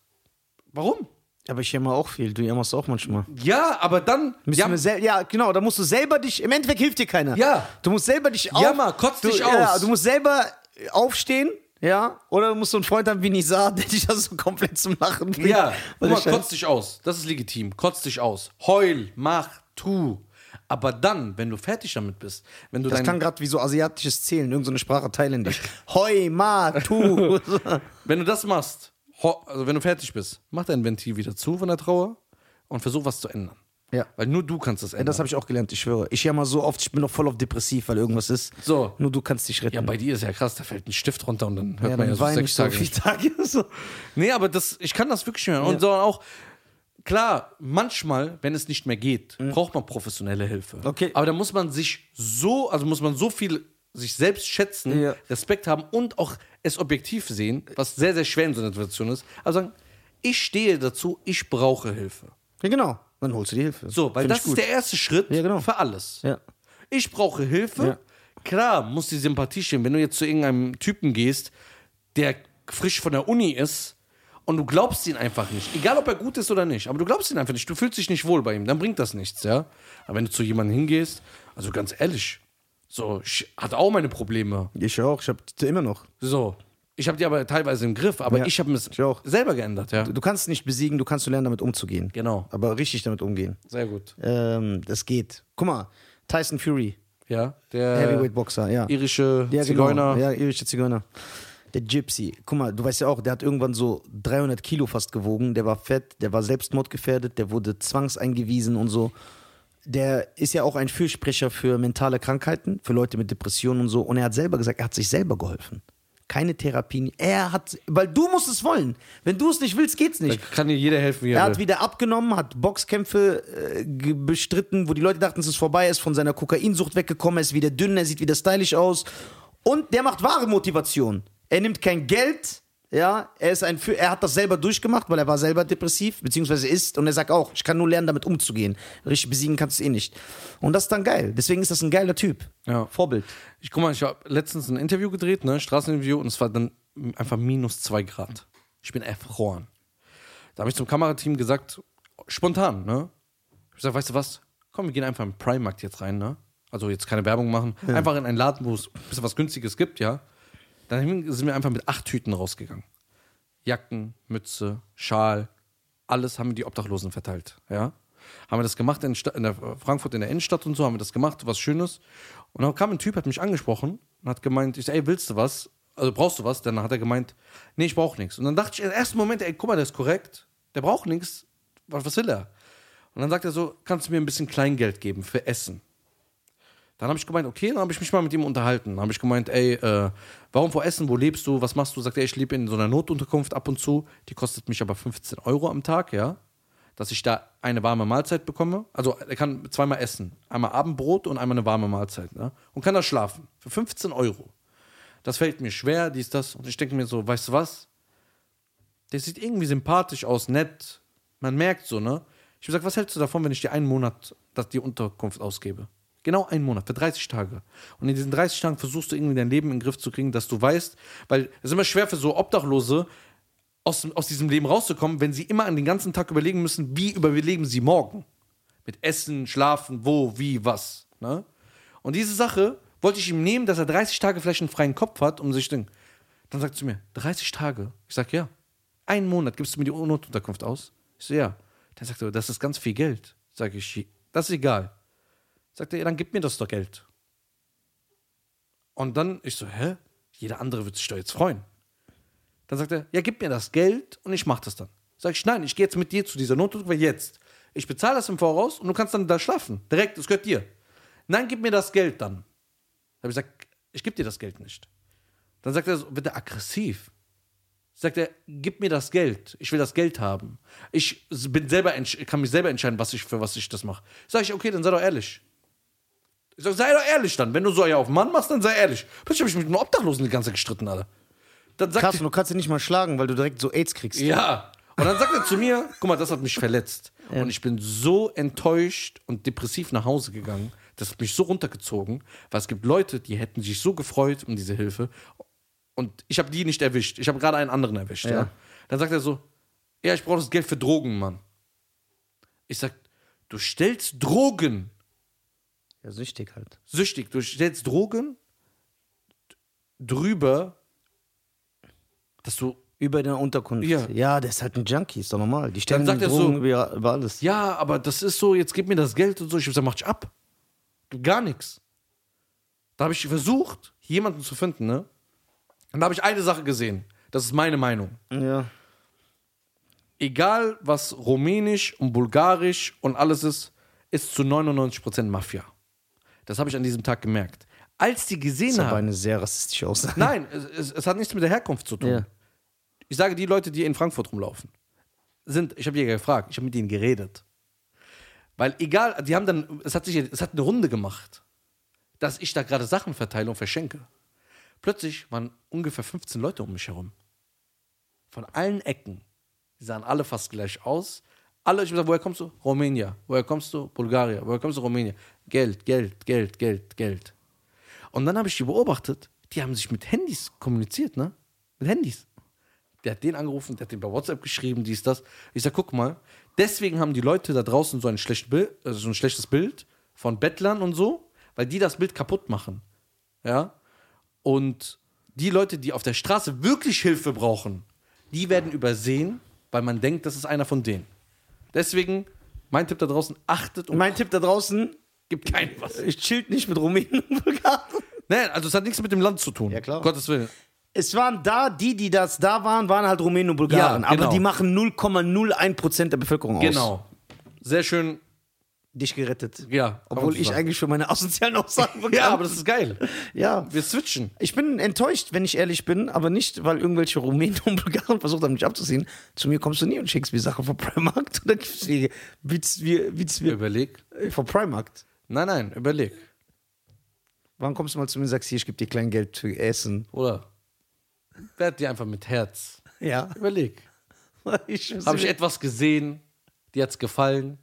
Speaker 2: Warum?
Speaker 1: Aber ich jammer auch viel. Du jammerst auch manchmal.
Speaker 2: Ja, aber dann.
Speaker 1: Müssen wir sel- ja, genau. Da musst du selber dich. Im Endeffekt hilft dir keiner.
Speaker 2: Ja.
Speaker 1: Du musst selber dich auf.
Speaker 2: Jammer, kotz
Speaker 1: du,
Speaker 2: dich
Speaker 1: Ja,
Speaker 2: aus.
Speaker 1: du musst selber äh, aufstehen. Ja. Oder du musst so einen Freund haben wie Nizar, der dich das so komplett zum Lachen bringt.
Speaker 2: Ja, guck
Speaker 1: Weil
Speaker 2: mal,
Speaker 1: ich halt-
Speaker 2: kotz dich aus. Das ist legitim. Kotz dich aus. Heul, mach, tu. Aber dann, wenn du fertig damit bist, wenn du
Speaker 1: Das
Speaker 2: dein,
Speaker 1: klang gerade wie so asiatisches Zählen, irgendeine Sprache thailändisch. Hoi, ma, tu.
Speaker 2: wenn du das machst, ho- also wenn du fertig bist, mach dein Ventil wieder zu von der Trauer und versuch was zu ändern.
Speaker 1: ja.
Speaker 2: Weil nur du kannst das ändern.
Speaker 1: Das habe ich auch gelernt, ich schwöre. Ich jammer so oft, ich bin noch voll auf depressiv, weil irgendwas ist.
Speaker 2: So.
Speaker 1: Nur du kannst dich retten.
Speaker 2: ja, bei dir ist ja krass, da fällt ein Stift runter und dann hört
Speaker 1: Ja,
Speaker 2: man
Speaker 1: dann
Speaker 2: ja so
Speaker 1: weine
Speaker 2: sechs
Speaker 1: ich so
Speaker 2: Tage.
Speaker 1: viele Tage. So.
Speaker 2: Nee, aber das, ich kann das wirklich hören. Und so auch, klar, manchmal, wenn es nicht mehr geht, braucht man professionelle Hilfe.
Speaker 1: Okay.
Speaker 2: Aber da muss man sich so, also muss man so viel sich selbst schätzen,
Speaker 1: Ja.
Speaker 2: Respekt haben und auch es objektiv sehen, was sehr, sehr schwer in so einer Situation ist. Also sagen, ich stehe dazu, ich brauche Hilfe.
Speaker 1: Ja, genau. Dann holst du die Hilfe.
Speaker 2: So, weil
Speaker 1: Find ich
Speaker 2: das ist der erste Schritt
Speaker 1: Ja, genau.
Speaker 2: für alles.
Speaker 1: Ja.
Speaker 2: Ich brauche Hilfe.
Speaker 1: Ja.
Speaker 2: Klar, muss die Sympathie stehen. Wenn du jetzt zu irgendeinem Typen gehst, der frisch von der Uni ist und du glaubst ihn einfach nicht, egal ob er gut ist oder nicht, aber du glaubst ihn einfach nicht, du fühlst dich nicht wohl bei ihm, dann bringt das nichts, ja? Aber wenn du zu jemandem hingehst, also ganz ehrlich, so, ich hatte auch meine Probleme.
Speaker 1: Ich auch, ich habe immer noch.
Speaker 2: So, ich habe die aber teilweise im Griff, aber
Speaker 1: Ja,
Speaker 2: ich habe es
Speaker 1: ich auch.
Speaker 2: selber geändert, ja?
Speaker 1: Du kannst nicht besiegen, du kannst nur lernen, damit umzugehen.
Speaker 2: Genau.
Speaker 1: Aber richtig damit umgehen.
Speaker 2: Sehr gut.
Speaker 1: Ähm, das geht. Guck mal, Tyson Fury,
Speaker 2: Ja, der
Speaker 1: Heavyweight-Boxer, ja.
Speaker 2: Äh, irische
Speaker 1: ja,
Speaker 2: Zigeuner.
Speaker 1: Genau. Ja, irische Zigeuner. Der Gypsy. Guck mal, du weißt ja auch, der hat irgendwann so 300 Kilo fast gewogen. Der war fett, der war selbstmordgefährdet, der wurde zwangseingewiesen und so. Der ist ja auch ein Fürsprecher für mentale Krankheiten, für Leute mit Depressionen und so. Und er hat selber gesagt, er hat sich selber geholfen. Keine Therapien. Er hat, weil du musst es wollen. Wenn du es nicht willst, geht's
Speaker 2: Da
Speaker 1: nicht.
Speaker 2: kann dir jeder helfen, wie
Speaker 1: Er
Speaker 2: er,
Speaker 1: hat
Speaker 2: will.
Speaker 1: wieder abgenommen, hat Boxkämpfe äh, ge- bestritten, wo die Leute dachten, es ist vorbei, er ist von seiner Kokainsucht weggekommen, er ist wieder dünn, er sieht wieder stylisch aus. Und der macht wahre Motivation. Er nimmt kein Geld, ja, er, ist ein, Fü- er hat das selber durchgemacht, weil er war selber depressiv, beziehungsweise ist, und er sagt auch, ich kann nur lernen, damit umzugehen. Richtig besiegen kannst du es eh nicht. Und das ist dann geil. Deswegen ist das ein geiler Typ.
Speaker 2: Ja.
Speaker 1: Vorbild.
Speaker 2: Ich guck mal, ich habe letztens ein Interview gedreht, ne, Straßeninterview, und es war dann einfach minus zwei Grad. Ich bin erfroren. Da habe ich zum Kamerateam gesagt, spontan, ne? Ich sag, weißt du was? Komm, wir gehen einfach in den Primarkt jetzt rein, ne? Also jetzt keine Werbung machen. Einfach in einen Laden, wo es ein bisschen was Günstiges gibt, ja? Dann sind wir einfach mit acht Tüten rausgegangen. Jacken, Mütze, Schal, alles haben wir die Obdachlosen verteilt. Ja? Haben wir das gemacht in, Sta- in der äh, Frankfurt in der Innenstadt und so, haben wir das gemacht, was Schönes. Und dann kam ein Typ, hat mich angesprochen und hat gemeint, ich sag, ey, willst du was? Also brauchst du was? Dann hat er gemeint, nee, ich brauche nichts. Und dann dachte ich im ersten Moment, ey, guck mal, der ist korrekt, der braucht nichts, was, was will er? Und dann sagt er so, kannst du mir ein bisschen Kleingeld geben für Essen? Dann habe ich gemeint, okay, dann habe ich mich mal mit ihm unterhalten. Dann habe ich gemeint, ey, äh, warum vor Essen, wo lebst du, was machst du? Sagt er, ich lebe in so einer Notunterkunft ab und zu, die kostet mich aber 15 Euro am Tag, ja. Dass ich da eine warme Mahlzeit bekomme. Also er kann zweimal essen. Einmal Abendbrot und einmal eine warme Mahlzeit. Ne? Und kann da schlafen. Für 15 Euro. Das fällt mir schwer, dies, das. Und ich denke mir so, weißt du was? Der sieht irgendwie sympathisch aus, nett. Man merkt so, ne? Ich hab gesagt, was hältst du davon, wenn ich dir einen Monat das die Unterkunft ausgebe? Genau einen Monat, für 30 Tage. Und in diesen 30 Tagen versuchst du irgendwie dein Leben in den Griff zu kriegen, dass du weißt, weil es ist immer schwer für so Obdachlose, aus, aus diesem Leben rauszukommen, wenn sie immer an den ganzen Tag überlegen müssen, wie überleben sie morgen. Mit Essen, Schlafen, wo, wie, was. Ne? Und diese Sache wollte ich ihm nehmen, dass er 30 Tage vielleicht einen freien Kopf hat, um sich denken. Dann sagt er zu mir, 30 Tage? Ich sag ja. Einen Monat gibst du mir die Notunterkunft aus? Ich so, ja. Dann sagt er, das ist ganz viel Geld. Sag ich, das ist egal. Sagt er, ja, dann gib mir das doch Geld. Und dann, ich so, hä? Jeder andere wird sich doch jetzt freuen. Dann sagt er, ja, gib mir das Geld und ich mach das dann. Sag ich, nein, ich gehe jetzt mit dir zu dieser Notunterkunft, jetzt. Ich bezahle das im Voraus und du kannst dann da schlafen. Direkt, es gehört dir. Nein, gib mir das Geld dann. Dann habe ich gesagt, ich gebe dir das Geld nicht. Dann sagt er, so, wird er aggressiv. Sagt er, gib mir das Geld. Ich will das Geld haben. Ich bin selber, entsch- kann mich selber entscheiden, was ich, für was ich das mache. Sag ich, okay, dann sei doch ehrlich. Ich sag, sei doch ehrlich dann. Wenn du so ja auf Mann machst, dann sei ehrlich. Plötzlich habe ich mich mit einem Obdachlosen die ganze Zeit gestritten, Alter. Dann sagt
Speaker 1: Krass, und du kannst ihn nicht mal schlagen, weil du direkt so Aids kriegst.
Speaker 2: ja. Und dann sagt er zu mir, guck mal, das hat mich verletzt. Und ich bin so enttäuscht und depressiv nach Hause gegangen, Das hat mich so runtergezogen, weil es gibt Leute, die hätten sich so gefreut um diese Hilfe. Und ich habe die nicht erwischt. Ich habe gerade einen anderen erwischt. Ja.
Speaker 1: Ja.
Speaker 2: Dann sagt er so: Ja, ich brauche das Geld für Drogen, Mann. Ich sag, du stellst Drogen
Speaker 1: Ja, süchtig halt.
Speaker 2: süchtig. Du stellst Drogen drüber, dass du.
Speaker 1: Über der Unterkunft.
Speaker 2: Ja.
Speaker 1: ja, der ist halt ein Junkie, ist doch normal. Die stellen
Speaker 2: sagt er
Speaker 1: Drogen
Speaker 2: so-
Speaker 1: über, über alles.
Speaker 2: Ja, aber das ist so, jetzt gib mir das Geld und so. Ich hab gesagt, mach dich ab. Gib Gar nichts. Da habe ich versucht, jemanden zu finden, ne? Und da habe ich eine Sache gesehen. Das ist meine Meinung.
Speaker 1: Ja.
Speaker 2: Egal, was rumänisch und bulgarisch und alles ist, ist zu 99% Mafia. Das habe ich an diesem Tag gemerkt. Als die gesehen
Speaker 1: Ist aber
Speaker 2: haben.
Speaker 1: eine sehr rassistische Aussage.
Speaker 2: Nein, es, es, es hat nichts mit der Herkunft zu tun.
Speaker 1: Ja.
Speaker 2: Ich sage, die Leute, die in Frankfurt rumlaufen, sind, ich habe die gefragt, ich habe mit ihnen geredet. Weil egal, die haben dann, es hat sich, es hat eine Runde gemacht, dass ich da gerade Sachen verteile und verschenke. Plötzlich waren ungefähr 15 Leute um mich herum. Von allen Ecken. Die sahen alle fast gleich aus. Alle, ich hab gesagt, woher kommst du? Rumänien. Woher kommst du? Bulgarien. Woher kommst du? Rumänien. Geld, Geld, Geld, Geld, Geld. Und dann habe ich die beobachtet, die haben sich mit Handys kommuniziert, ne? Mit Handys. Der hat den angerufen, der hat den bei WhatsApp geschrieben, dies, das. Ich sag, guck mal, deswegen haben die Leute da draußen so ein, schlecht Bild, äh, so ein schlechtes Bild von Bettlern und so, weil die das Bild kaputt machen. Ja? Und die Leute, die auf der Straße wirklich Hilfe brauchen, die werden übersehen, weil man denkt, das ist einer von denen. Deswegen, mein Tipp da draußen, achtet und
Speaker 1: Mein Tipp da draußen,
Speaker 2: gibt keinem was.
Speaker 1: ich chillt nicht mit Rumänen und Bulgaren.
Speaker 2: Nein, also es hat nichts mit dem Land zu tun.
Speaker 1: Ja, klar.
Speaker 2: Gottes Willen.
Speaker 1: Es waren da, die, die das da waren, waren halt Rumänen und Bulgaren.
Speaker 2: Ja, genau.
Speaker 1: Aber die machen 0,01 Prozent der Bevölkerung aus.
Speaker 2: Genau. Sehr schön,
Speaker 1: Dich gerettet.
Speaker 2: ja.
Speaker 1: Obwohl ich eigentlich für meine asozialen Aussagen bekannt
Speaker 2: Ja, aber das ist geil.
Speaker 1: ja.
Speaker 2: Wir switchen.
Speaker 1: Ich bin enttäuscht, wenn ich ehrlich bin, aber nicht, weil irgendwelche Rumänen und Bulgaren versucht haben, mich abzuziehen. Zu mir kommst du nie und schickst mir Sachen vom Primarkt oder gibst mir, bietst mir, bietst mir
Speaker 2: Überleg.
Speaker 1: äh, vom Primarkt.
Speaker 2: Nein, nein, überleg.
Speaker 1: Wann kommst du mal zu mir und sagst, hier, ich gebe dir klein Geld für Essen?
Speaker 2: Oder? Werd dir einfach mit Herz.
Speaker 1: Ja.
Speaker 2: Überleg.
Speaker 1: Ich,
Speaker 2: Habe ich etwas gesehen, dir hat's gefallen.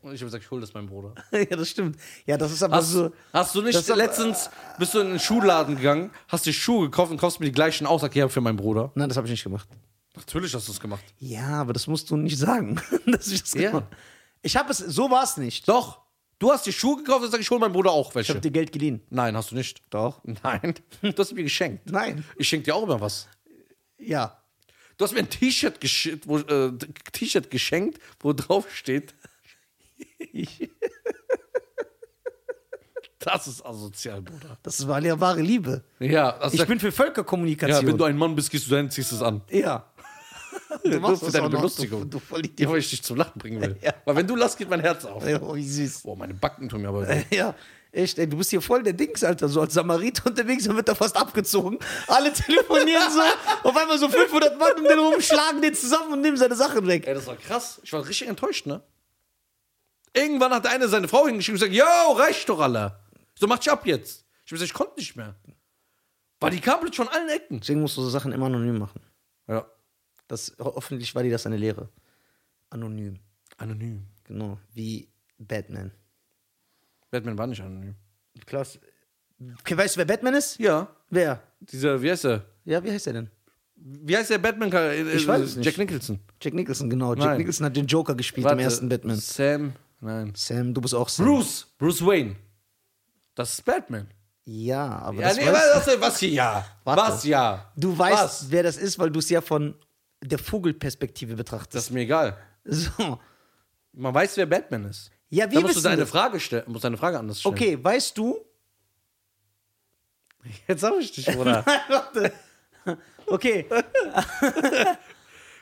Speaker 2: Und ich habe gesagt, ich hol das meinem Bruder.
Speaker 1: ja, das stimmt. Ja, das ist aber
Speaker 2: Hast,
Speaker 1: so.
Speaker 2: hast du nicht
Speaker 1: das ist aber-
Speaker 2: letztens bist du in den Schuhladen gegangen, hast dir Schuhe gekauft und kaufst mir die gleichen aus, sag ich ja für meinen Bruder.
Speaker 1: Nein, das habe ich nicht gemacht.
Speaker 2: Natürlich hast du es gemacht.
Speaker 1: Ja, aber das musst du nicht sagen, dass ich das
Speaker 2: Ja.
Speaker 1: gemacht habe. Ich habe es, so war es nicht.
Speaker 2: Doch. Du hast die Schuhe gekauft und sag ich hol meinem Bruder auch
Speaker 1: Ich
Speaker 2: welche.
Speaker 1: habe dir Geld geliehen.
Speaker 2: Nein, hast du nicht.
Speaker 1: Doch.
Speaker 2: Nein. Du hast mir geschenkt.
Speaker 1: Nein.
Speaker 2: Ich schenke dir auch immer was.
Speaker 1: Ja.
Speaker 2: Du hast mir ein T-Shirt gesch wo, äh, T-Shirt geschenkt, wo drauf steht. Das ist asozial, Bruder.
Speaker 1: Das war ja wahre Liebe.
Speaker 2: Ja, also
Speaker 1: Ich bin für
Speaker 2: ja,
Speaker 1: Völkerkommunikation.
Speaker 2: wenn du ein Mann bist, gehst du dahin, ziehst es an.
Speaker 1: Ja. Du
Speaker 2: Nur für
Speaker 1: das
Speaker 2: deine
Speaker 1: auch noch,
Speaker 2: Belustigung.
Speaker 1: Du, du
Speaker 2: Ja,
Speaker 1: Vollidiot.
Speaker 2: weil ich dich zum Lachen bringen will.
Speaker 1: Ja.
Speaker 2: Weil wenn du lachst, geht mein Herz auf.
Speaker 1: Oh, wie süß.
Speaker 2: Boah, meine Backen tun mir aber weh.
Speaker 1: Ja, echt, ey, du bist hier voll der Dings, Alter. So als Samariter unterwegs und wird da fast abgezogen. Alle telefonieren so. auf einmal so 500 Mann um den rum, schlagen den zusammen und nehmen seine Sachen weg.
Speaker 2: Ey, das war krass. Ich war richtig enttäuscht, ne? Irgendwann hat der eine seine Frau hingeschrieben und gesagt, yo, reicht doch alle. So, mach dich ab jetzt. Ich hab gesagt, ich konnte nicht mehr. War die Kabel schon allen Ecken.
Speaker 1: Deswegen musst du so Sachen immer anonym machen.
Speaker 2: Ja.
Speaker 1: Das, hoffentlich war dir das eine Lehre. Anonym.
Speaker 2: Anonym.
Speaker 1: Genau. Wie Batman.
Speaker 2: Batman war nicht anonym.
Speaker 1: Klaus. Okay, weißt du, wer Batman ist?
Speaker 2: Ja.
Speaker 1: Wer?
Speaker 2: Dieser, wie heißt er?
Speaker 1: Ja, wie heißt er denn?
Speaker 2: Wie heißt der batman
Speaker 1: Ich weiß es nicht.
Speaker 2: Jack Nicholson.
Speaker 1: Jack Nicholson, genau. Jack
Speaker 2: Nein.
Speaker 1: Nicholson hat den Joker gespielt im ersten Batman.
Speaker 2: Sam, nein.
Speaker 1: Sam, du bist auch Sam.
Speaker 2: Bruce, Bruce Wayne. Das ist Batman.
Speaker 1: Ja, aber
Speaker 2: Ja,
Speaker 1: das
Speaker 2: nee,
Speaker 1: weißt
Speaker 2: was, was, was hier? Ja.
Speaker 1: Warte.
Speaker 2: Was ja?
Speaker 1: Du weißt,
Speaker 2: Was?
Speaker 1: wer das ist, weil du es ja von der Vogelperspektive betrachtest.
Speaker 2: Das ist mir egal.
Speaker 1: so.
Speaker 2: Man weiß, wer Batman ist.
Speaker 1: Ja, wir
Speaker 2: Da musst du
Speaker 1: wissen
Speaker 2: deine
Speaker 1: das.
Speaker 2: Frage stellen. Musst deine Frage anders stellen.
Speaker 1: Okay, weißt du?
Speaker 2: Jetzt hab ich dich, Bruder.
Speaker 1: Warte. Okay. weißt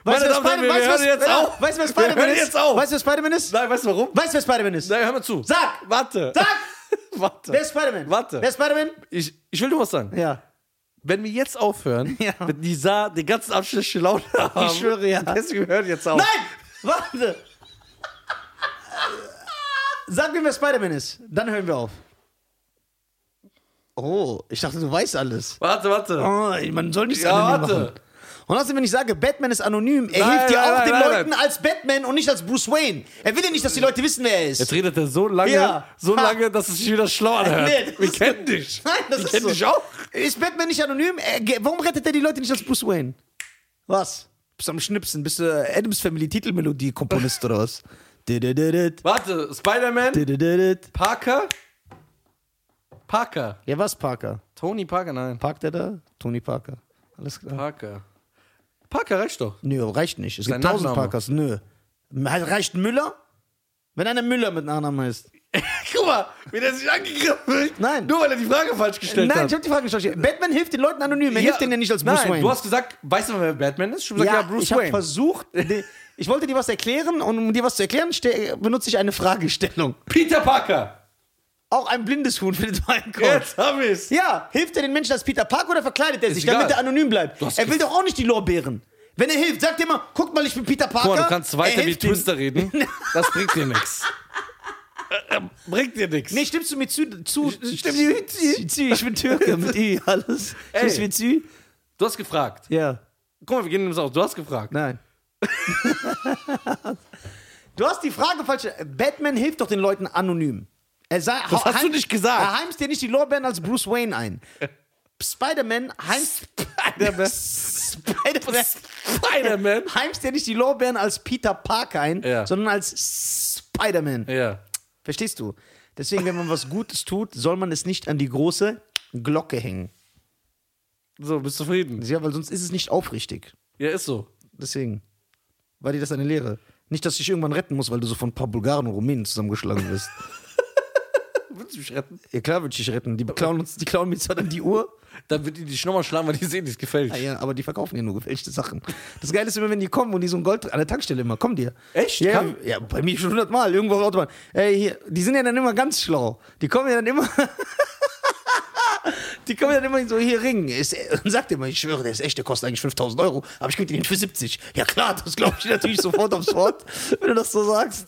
Speaker 2: Meine Damen und Herren, wir
Speaker 1: weißt,
Speaker 2: hören jetzt auf.
Speaker 1: weißt du, was
Speaker 2: Wir
Speaker 1: Spider-Man
Speaker 2: hören
Speaker 1: ist?
Speaker 2: jetzt auf.
Speaker 1: Weißt du, was Spider-Man ist?
Speaker 2: Nein, weißt du warum?
Speaker 1: Weißt du, wer Spider-Man ist?
Speaker 2: Nein, hör mal zu.
Speaker 1: Sag!
Speaker 2: Warte.
Speaker 1: Sag!
Speaker 2: Warte.
Speaker 1: Wer ist Spider-Man?
Speaker 2: Warte.
Speaker 1: Wer ist Spider-Man?
Speaker 2: Ich, ich will dir was sagen.
Speaker 1: Ja.
Speaker 2: Wenn wir jetzt aufhören,
Speaker 1: Ja.
Speaker 2: wird Nisa den ganzen Abend schlechte Laune haben.
Speaker 1: schwöre, ja.
Speaker 2: Deswegen hören jetzt auf.
Speaker 1: Nein! Warte! Sag mir, wer Spider-Man ist. Dann hören wir auf. Oh, ich dachte, du weißt alles.
Speaker 2: Warte, warte.
Speaker 1: Oh, man soll nichts
Speaker 2: Ja,
Speaker 1: anonym
Speaker 2: warte.
Speaker 1: machen. Und außerdem, wenn ich sage, Batman ist anonym, er
Speaker 2: Nein,
Speaker 1: hilft dir
Speaker 2: nein,
Speaker 1: auch
Speaker 2: nein,
Speaker 1: den
Speaker 2: nein,
Speaker 1: Leuten als Batman und nicht als Bruce Wayne. Er will ja nicht, dass die Leute wissen, wer er ist.
Speaker 2: Jetzt redet er so lange,
Speaker 1: Ja.
Speaker 2: so
Speaker 1: Ha.
Speaker 2: lange, dass es sich wieder schlau anhört.
Speaker 1: Nee, das
Speaker 2: Wir
Speaker 1: ist-
Speaker 2: kennen dich.
Speaker 1: Nein, das
Speaker 2: Wir
Speaker 1: ist
Speaker 2: kennen
Speaker 1: so.
Speaker 2: dich auch.
Speaker 1: Ist Batman nicht anonym? Er, ge- warum rettet er die Leute nicht als Bruce Wayne? Was? Bist du am Schnipsen? Bist du Adams Family Titelmelodie Komponist oder was? Didididit,
Speaker 2: Warte, Spider-Man,
Speaker 1: didididit.
Speaker 2: Parker, Parker,
Speaker 1: Ja, was Parker?
Speaker 2: Tony Parker, nein,
Speaker 1: Parkt er da? Tony Parker. Alles klar.
Speaker 2: Parker. Parker reicht doch.
Speaker 1: Nö, reicht nicht. Es gibt
Speaker 2: Sein
Speaker 1: tausend
Speaker 2: Nachname.
Speaker 1: Parkers. Nö. Reicht Müller? Wenn einer Müller mit Nachnamen heißt.
Speaker 2: Guck mal, wie der sich angegriffen wird.
Speaker 1: Nein.
Speaker 2: Nur weil er die Frage falsch gestellt
Speaker 1: Nein,
Speaker 2: hat.
Speaker 1: ich hab die Frage gestellt. Batman hilft den Leuten anonym. Er hilft denen ja nicht als Bruce
Speaker 2: nein,
Speaker 1: Wayne.
Speaker 2: Du hast gesagt, weißt du, wer Batman ist? Ich hab gesagt, ja, Bruce
Speaker 1: ich habe
Speaker 2: Wayne.
Speaker 1: versucht, die- ich wollte dir was erklären und um dir was zu erklären, ste- benutze ich eine Fragestellung.
Speaker 2: Peter Parker.
Speaker 1: Auch ein blindes Huhn findet meinen Kopf.
Speaker 2: Jetzt hab ich's.
Speaker 1: Ja, hilft er den Menschen als Peter Parker oder verkleidet er sich,
Speaker 2: egal.
Speaker 1: damit er anonym bleibt?
Speaker 2: Du hast
Speaker 1: Er will doch auch nicht die Lorbeeren. Wenn er hilft, sagt er immer, guck mal, ich bin Peter Parker.
Speaker 2: Guck mal, du kannst
Speaker 1: Er
Speaker 2: weiter wie
Speaker 1: hilft ihm.
Speaker 2: Twister reden. Das bringt dir nichts. Bringt dir nichts.
Speaker 1: Nee, stimmst du mir zu? zu
Speaker 2: stimm dir mit zu.
Speaker 1: zu? Ich bin Türke mit I, alles.
Speaker 2: Ey.
Speaker 1: Stimmst du mir zu?
Speaker 2: Du hast gefragt.
Speaker 1: Ja,
Speaker 2: Guck mal, wir gehen uns auf. Du hast gefragt.
Speaker 1: nein. du hast die Frage falsch. Batman hilft doch den Leuten anonym. Er sei,
Speaker 2: Das hast du nicht gesagt.
Speaker 1: Er heimst dir nicht die Lorbeeren als Bruce Wayne ein. Spider-Man heimst.
Speaker 2: Spider-Man.
Speaker 1: Spider-Man.
Speaker 2: Spider-Man.
Speaker 1: Heimst dir nicht die Lorbeeren als Peter Parker ein,
Speaker 2: Ja.
Speaker 1: sondern als Spider-Man.
Speaker 2: Ja.
Speaker 1: Verstehst du? Deswegen, wenn man was Gutes tut, soll man es nicht an die große Glocke hängen.
Speaker 2: So, bist zufrieden.
Speaker 1: Ja, weil sonst ist es nicht aufrichtig.
Speaker 2: Ja, ist so.
Speaker 1: Deswegen war dir das eine Lehre. Nicht, dass ich dich irgendwann retten muss, weil du so von ein paar Bulgaren und Rumänen zusammengeschlagen wirst.
Speaker 2: Willst du mich retten?
Speaker 1: ja, klar würde ich dich retten. Die klauen, uns, die klauen mir zwar dann die Uhr,
Speaker 2: Dann wird die dich nochmal schlagen, weil die sehen, die ist gefälscht.
Speaker 1: ah ja, aber die verkaufen dir nur gefälschte Sachen. Das Geile ist immer, wenn die kommen und die so ein Gold an der Tankstelle immer, kommen dir.
Speaker 2: Echt?
Speaker 1: Ja,
Speaker 2: Kam-
Speaker 1: ja bei mir schon hundertmal, irgendwo auf der Autobahn. Ey, hier, die sind ja dann immer ganz schlau. Die kommen ja dann immer. Die kommen ja dann immer so hier ringen. Ist, und sagt immer, ich schwöre, der ist echt, der kostet eigentlich 5000 Euro, aber ich kriege den für 70. Ja klar, das glaube ich dir natürlich sofort aufs Wort, wenn du das so sagst.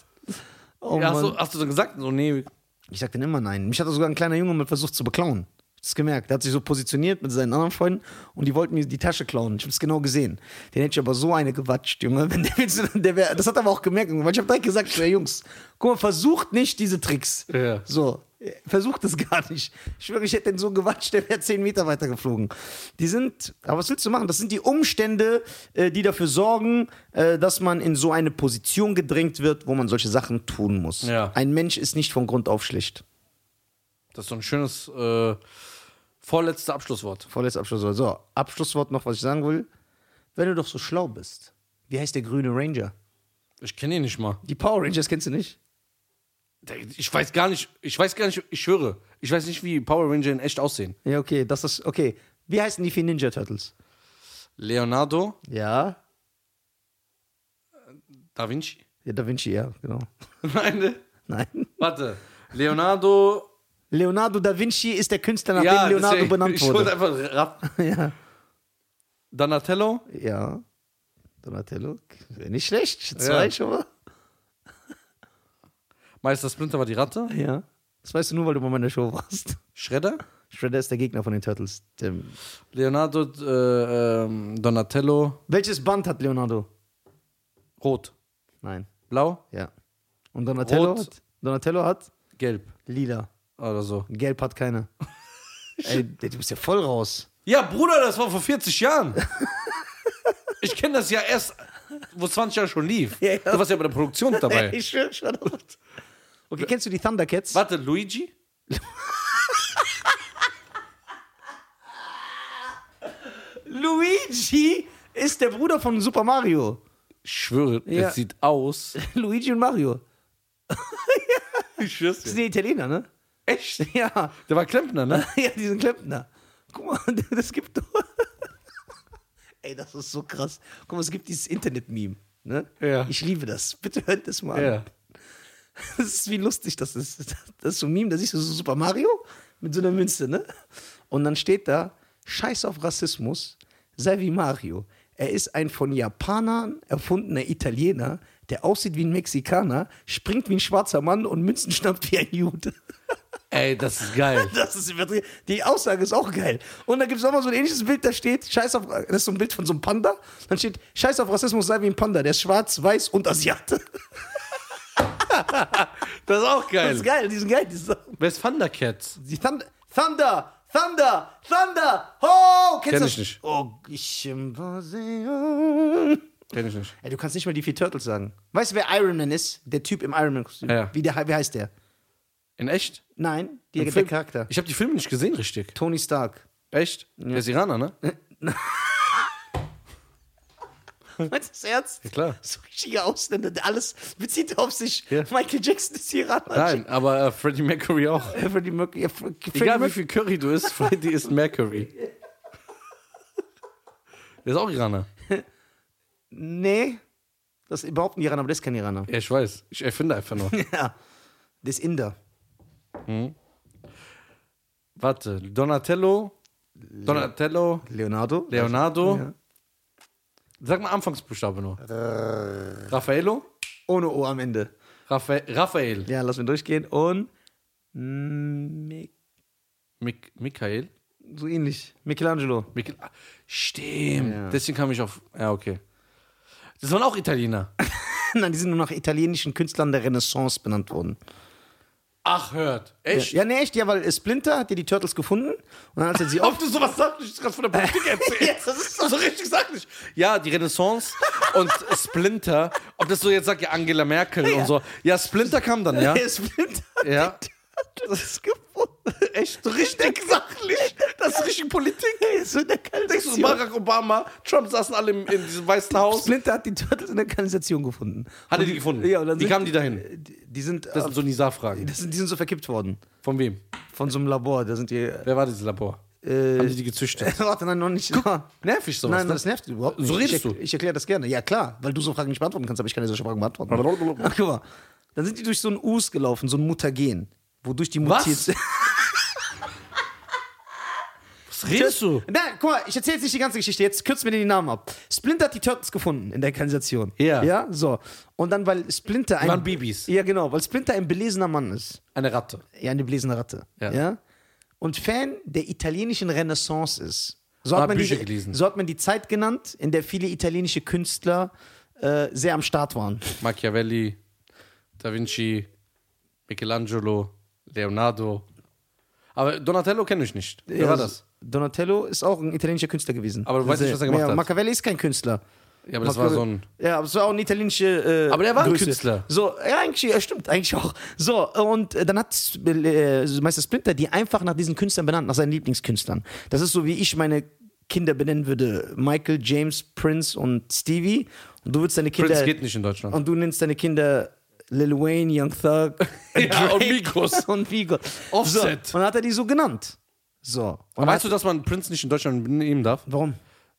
Speaker 1: Oh
Speaker 2: Ja, hast,
Speaker 1: Mann.
Speaker 2: du, hast du dann gesagt? So, nee.
Speaker 1: Ich sag dann immer nein. Mich hat sogar ein kleiner Junge mal versucht zu beklauen. Ich hab's gemerkt. Der hat sich so positioniert mit seinen anderen Freunden und die wollten mir die Tasche klauen. Ich hab's genau gesehen. Den hätte ich aber so eine gewatscht, Junge. Wenn der, willst du- der wär, das hat er aber auch gemerkt, weil ich hab direkt gesagt, ich wär, Jungs, guck mal, versucht nicht diese Tricks.
Speaker 2: Ja.
Speaker 1: So. Versucht es gar nicht. Ich schwöre, ich hätte den so gewatscht, der wäre zehn Meter weiter geflogen. Die sind, aber was willst du machen? Das sind die Umstände, äh, die dafür sorgen, äh, dass man in so eine Position gedrängt wird, wo man solche Sachen tun muss.
Speaker 2: Ja.
Speaker 1: Ein Mensch ist nicht von Grund auf schlecht.
Speaker 2: Das ist so ein schönes äh, vorletztes Abschlusswort.
Speaker 1: Vorletztes Abschlusswort. So, Abschlusswort noch, was ich sagen will. Wenn du doch so schlau bist, wie heißt der grüne Ranger?
Speaker 2: Ich kenne ihn nicht mal.
Speaker 1: Die Power Rangers kennst du nicht?
Speaker 2: Ich weiß gar nicht, ich weiß gar nicht, ich schwöre, ich weiß nicht, wie Power Ranger in echt aussehen.
Speaker 1: Ja, okay, das ist, okay. Wie heißen die vier Ninja Turtles?
Speaker 2: Leonardo
Speaker 1: Ja.
Speaker 2: da Vinci?
Speaker 1: Ja, Da Vinci, ja, genau.
Speaker 2: Nein, ne?
Speaker 1: Nein.
Speaker 2: warte. Leonardo.
Speaker 1: Leonardo da Vinci ist der Künstler, nach
Speaker 2: ja,
Speaker 1: dem Leonardo
Speaker 2: deswegen-
Speaker 1: benannt
Speaker 2: ich
Speaker 1: wurde.
Speaker 2: wollte einfach raff.
Speaker 1: ja.
Speaker 2: Donatello?
Speaker 1: ja. Donatello, wär nicht schlecht. Zwei
Speaker 2: Ja.
Speaker 1: schon mal.
Speaker 2: Meister Splinter war die Ratte?
Speaker 1: Ja. Das weißt du nur, weil du bei meiner Show warst.
Speaker 2: Shredder?
Speaker 1: Shredder ist der Gegner von den Turtles. Der,
Speaker 2: Leonardo, äh, ähm, Donatello,
Speaker 1: welches Band hat Leonardo?
Speaker 2: Rot,
Speaker 1: Nein.
Speaker 2: Blau,
Speaker 1: Ja. Und Donatello
Speaker 2: Rot.
Speaker 1: hat? Donatello hat?
Speaker 2: Gelb
Speaker 1: Lila.
Speaker 2: oder so.
Speaker 1: Gelb hat keiner. Ey, du bist ja voll raus.
Speaker 2: Ja, Bruder, das war vor 40 Jahren. ich kenne das ja erst, wo 20 Jahre schon lief.
Speaker 1: Ja, ja.
Speaker 2: Du warst ja bei der Produktion dabei.
Speaker 1: Ich schwöre schon. Okay, kennst du die Thundercats?
Speaker 2: Warte, Luigi?
Speaker 1: Luigi ist der Bruder von Super Mario.
Speaker 2: Ich schwöre,
Speaker 1: Ja.
Speaker 2: es sieht aus.
Speaker 1: Luigi und Mario.
Speaker 2: Ich schwör's
Speaker 1: Das
Speaker 2: dir.
Speaker 1: sind die Italiener, ne?
Speaker 2: Echt?
Speaker 1: Ja.
Speaker 2: Der war Klempner, ne?
Speaker 1: Ja, die sind Klempner. Guck mal, das gibt doch. Ey, das ist so krass. Guck mal, es gibt dieses Internet-Meme. Ne?
Speaker 2: Ja.
Speaker 1: Ich liebe das. Bitte hört das mal an.
Speaker 2: Ja.
Speaker 1: Das ist wie lustig das ist. Das ist so ein Meme, da siehst du so Super Mario mit so einer Münze, ne? Und dann steht da, scheiß auf Rassismus, sei wie Mario. Er ist ein von Japanern erfundener Italiener, der aussieht wie ein Mexikaner, springt wie ein schwarzer Mann und Münzen schnappt wie ein Jude.
Speaker 2: Ey, das ist geil.
Speaker 1: Das ist übertrieben. Die Aussage ist auch geil. Und da gibt es mal so ein ähnliches Bild, da steht, Scheiß auf, das ist so ein Bild von so einem Panda. Dann steht, Scheiß auf Rassismus, sei wie ein Panda. Der ist schwarz, weiß und Asiate.
Speaker 2: Das ist auch geil.
Speaker 1: Das ist geil, die sind geil. Die, sind,
Speaker 2: Wer ist Thundercats?
Speaker 1: die Thunder, Thunder, Thunder, Thunder, ho! Kennst
Speaker 2: Kenn
Speaker 1: du
Speaker 2: ich
Speaker 1: das?
Speaker 2: nicht.
Speaker 1: Oh, ich im Museum.
Speaker 2: Kenn ich nicht.
Speaker 1: Ey, du kannst nicht mal die vier Turtles sagen. Weißt du, wer Iron Man ist? Der Typ im Iron Man-Kostüm.
Speaker 2: Ja, ja.
Speaker 1: Wie, der, wie heißt der?
Speaker 2: In echt?
Speaker 1: Nein, der, der
Speaker 2: Film-
Speaker 1: Charakter.
Speaker 2: Ich habe die Filme nicht gesehen, richtig.
Speaker 1: Tony Stark.
Speaker 2: Echt? Der ist Iraner, ne? Hm.
Speaker 1: Meinst du das ernst?
Speaker 2: Ja, klar.
Speaker 1: So richtiger Ausländer, der alles bezieht auf sich.
Speaker 2: Ja.
Speaker 1: Michael Jackson ist hier ran.
Speaker 2: Nein, aber äh, Freddie Mercury auch.
Speaker 1: Freddie Mercury. Ja, Fre- Freddie
Speaker 2: Egal wie
Speaker 1: Mercury.
Speaker 2: viel Curry du isst, Freddie ist Mercury. Der ist auch Iraner.
Speaker 1: Nee, das ist überhaupt ein Iraner, aber das ist kein Iraner.
Speaker 2: Ja, ich weiß. Ich erfinde einfach nur.
Speaker 1: Ja. Das ist Inder.
Speaker 2: Warte, Donatello, Donatello,
Speaker 1: Leonardo?
Speaker 2: Leonardo.
Speaker 1: Ja.
Speaker 2: Sag mal Anfangsbuchstabe nur. Raffaello?
Speaker 1: Äh, Ohne O am Ende.
Speaker 2: Raffa Raphael.
Speaker 1: Ja, lass mir durchgehen. Und. Mik
Speaker 2: Mik Michael?
Speaker 1: so ähnlich. Michelangelo.
Speaker 2: Michel ah, Stimmt. Deswegen kam ich auf. Ja, okay. Das waren auch Italiener.
Speaker 1: Nein, die sind nur nach italienischen Künstlern der Renaissance benannt worden.
Speaker 2: Ach, hört. Echt?
Speaker 1: Ja, nee, echt, ja, weil äh, Splinter hat ja die Turtles gefunden und dann hat er sie
Speaker 2: Ob du sowas sagst, ich gerade von der Politik erzählt.
Speaker 1: Ja, das ist so
Speaker 2: richtig sachlich. Ja, die Renaissance und Splinter. Ob das so jetzt sagt, ja, Angela Merkel und so. Ja, Splinter kam dann, ja?
Speaker 1: Der Splinter hat
Speaker 2: Ja.
Speaker 1: die Turtles gefunden. Echt so richtig sachlich. Das ist richtig Politik. so in der
Speaker 2: Denkst du,
Speaker 1: Kanalisation.
Speaker 2: Barack Obama, Trump saßen alle im, in diesem Weißen Haus.
Speaker 1: Splinter hat die Turtles in der Kanalisation gefunden.
Speaker 2: Hat er
Speaker 1: Und
Speaker 2: die gefunden?
Speaker 1: Ja, und dann
Speaker 2: Wie
Speaker 1: sind-
Speaker 2: kamen die dahin?
Speaker 1: Die, die sind,
Speaker 2: Das
Speaker 1: das,
Speaker 2: sind so Nisa-Fragen.
Speaker 1: das sind, die sind so verkippt worden.
Speaker 2: Von wem?
Speaker 1: Von so einem Labor. Da sind die.
Speaker 2: Wer war dieses Labor? Haben die die gezüchtet?
Speaker 1: Warte, nein, noch nicht.
Speaker 2: Nervig sowas.
Speaker 1: Nein,
Speaker 2: ne?
Speaker 1: das nervt überhaupt nicht.
Speaker 2: So redest
Speaker 1: ich,
Speaker 2: du.
Speaker 1: Ich erkläre das gerne. Ja, klar, weil du so Fragen nicht beantworten kannst, aber ich kann dir solche Fragen beantworten. Ach, guck mal. Dann sind die durch so ein Us gelaufen, so ein Mutagen, wodurch die
Speaker 2: Was?
Speaker 1: mutiert
Speaker 2: Was redest du?
Speaker 1: Na, guck mal, ich erzähle jetzt nicht die ganze Geschichte, jetzt kürzen wir dir die Namen ab. Splinter hat die Turtles gefunden in der Kanalisation.
Speaker 2: Ja.
Speaker 1: Ja, so. Und dann, weil Splinter ein.
Speaker 2: waren Bibis.
Speaker 1: Ja, genau, weil Splinter ein belesener Mann ist.
Speaker 2: Eine Ratte.
Speaker 1: Ja, eine belesene Ratte.
Speaker 2: Ja.
Speaker 1: Und Fan der italienischen Renaissance ist. So hat,
Speaker 2: hat
Speaker 1: man
Speaker 2: Bücher
Speaker 1: die,
Speaker 2: gelesen.
Speaker 1: so hat man die Zeit genannt, in der viele italienische Künstler äh, sehr am Start waren.
Speaker 2: Machiavelli, Da Vinci, Michelangelo, Leonardo. Aber Donatello kenne ich nicht. Wer war das?
Speaker 1: Donatello ist auch ein italienischer Künstler gewesen.
Speaker 2: Aber du weißt nicht, was er gemacht hat.
Speaker 1: Machiavelli ist kein Künstler.
Speaker 2: Ja, aber das war so ein.
Speaker 1: Ja, aber es war auch eine italienische. Äh,
Speaker 2: Aber der war ein
Speaker 1: Größe.
Speaker 2: Künstler.
Speaker 1: So, ja, eigentlich, ja, stimmt, eigentlich auch. So, und äh, dann hat äh, Meister Splinter die einfach nach diesen Künstlern benannt, nach seinen Lieblingskünstlern. Das ist so, wie ich meine Kinder benennen würde: Michael, James, Prince und Stevie. Und du würdest deine Kinder.
Speaker 2: Prince geht nicht in Deutschland.
Speaker 1: Und du nennst deine Kinder Lil Wayne, Young Thug.
Speaker 2: Ja, und
Speaker 1: Drake
Speaker 2: Migos.
Speaker 1: Und Migos. So,
Speaker 2: Offset.
Speaker 1: und dann hat er die so genannt. So. Und dann
Speaker 2: Aber
Speaker 1: hat,
Speaker 2: weißt du, dass man Prince nicht in Deutschland nehmen darf?
Speaker 1: warum?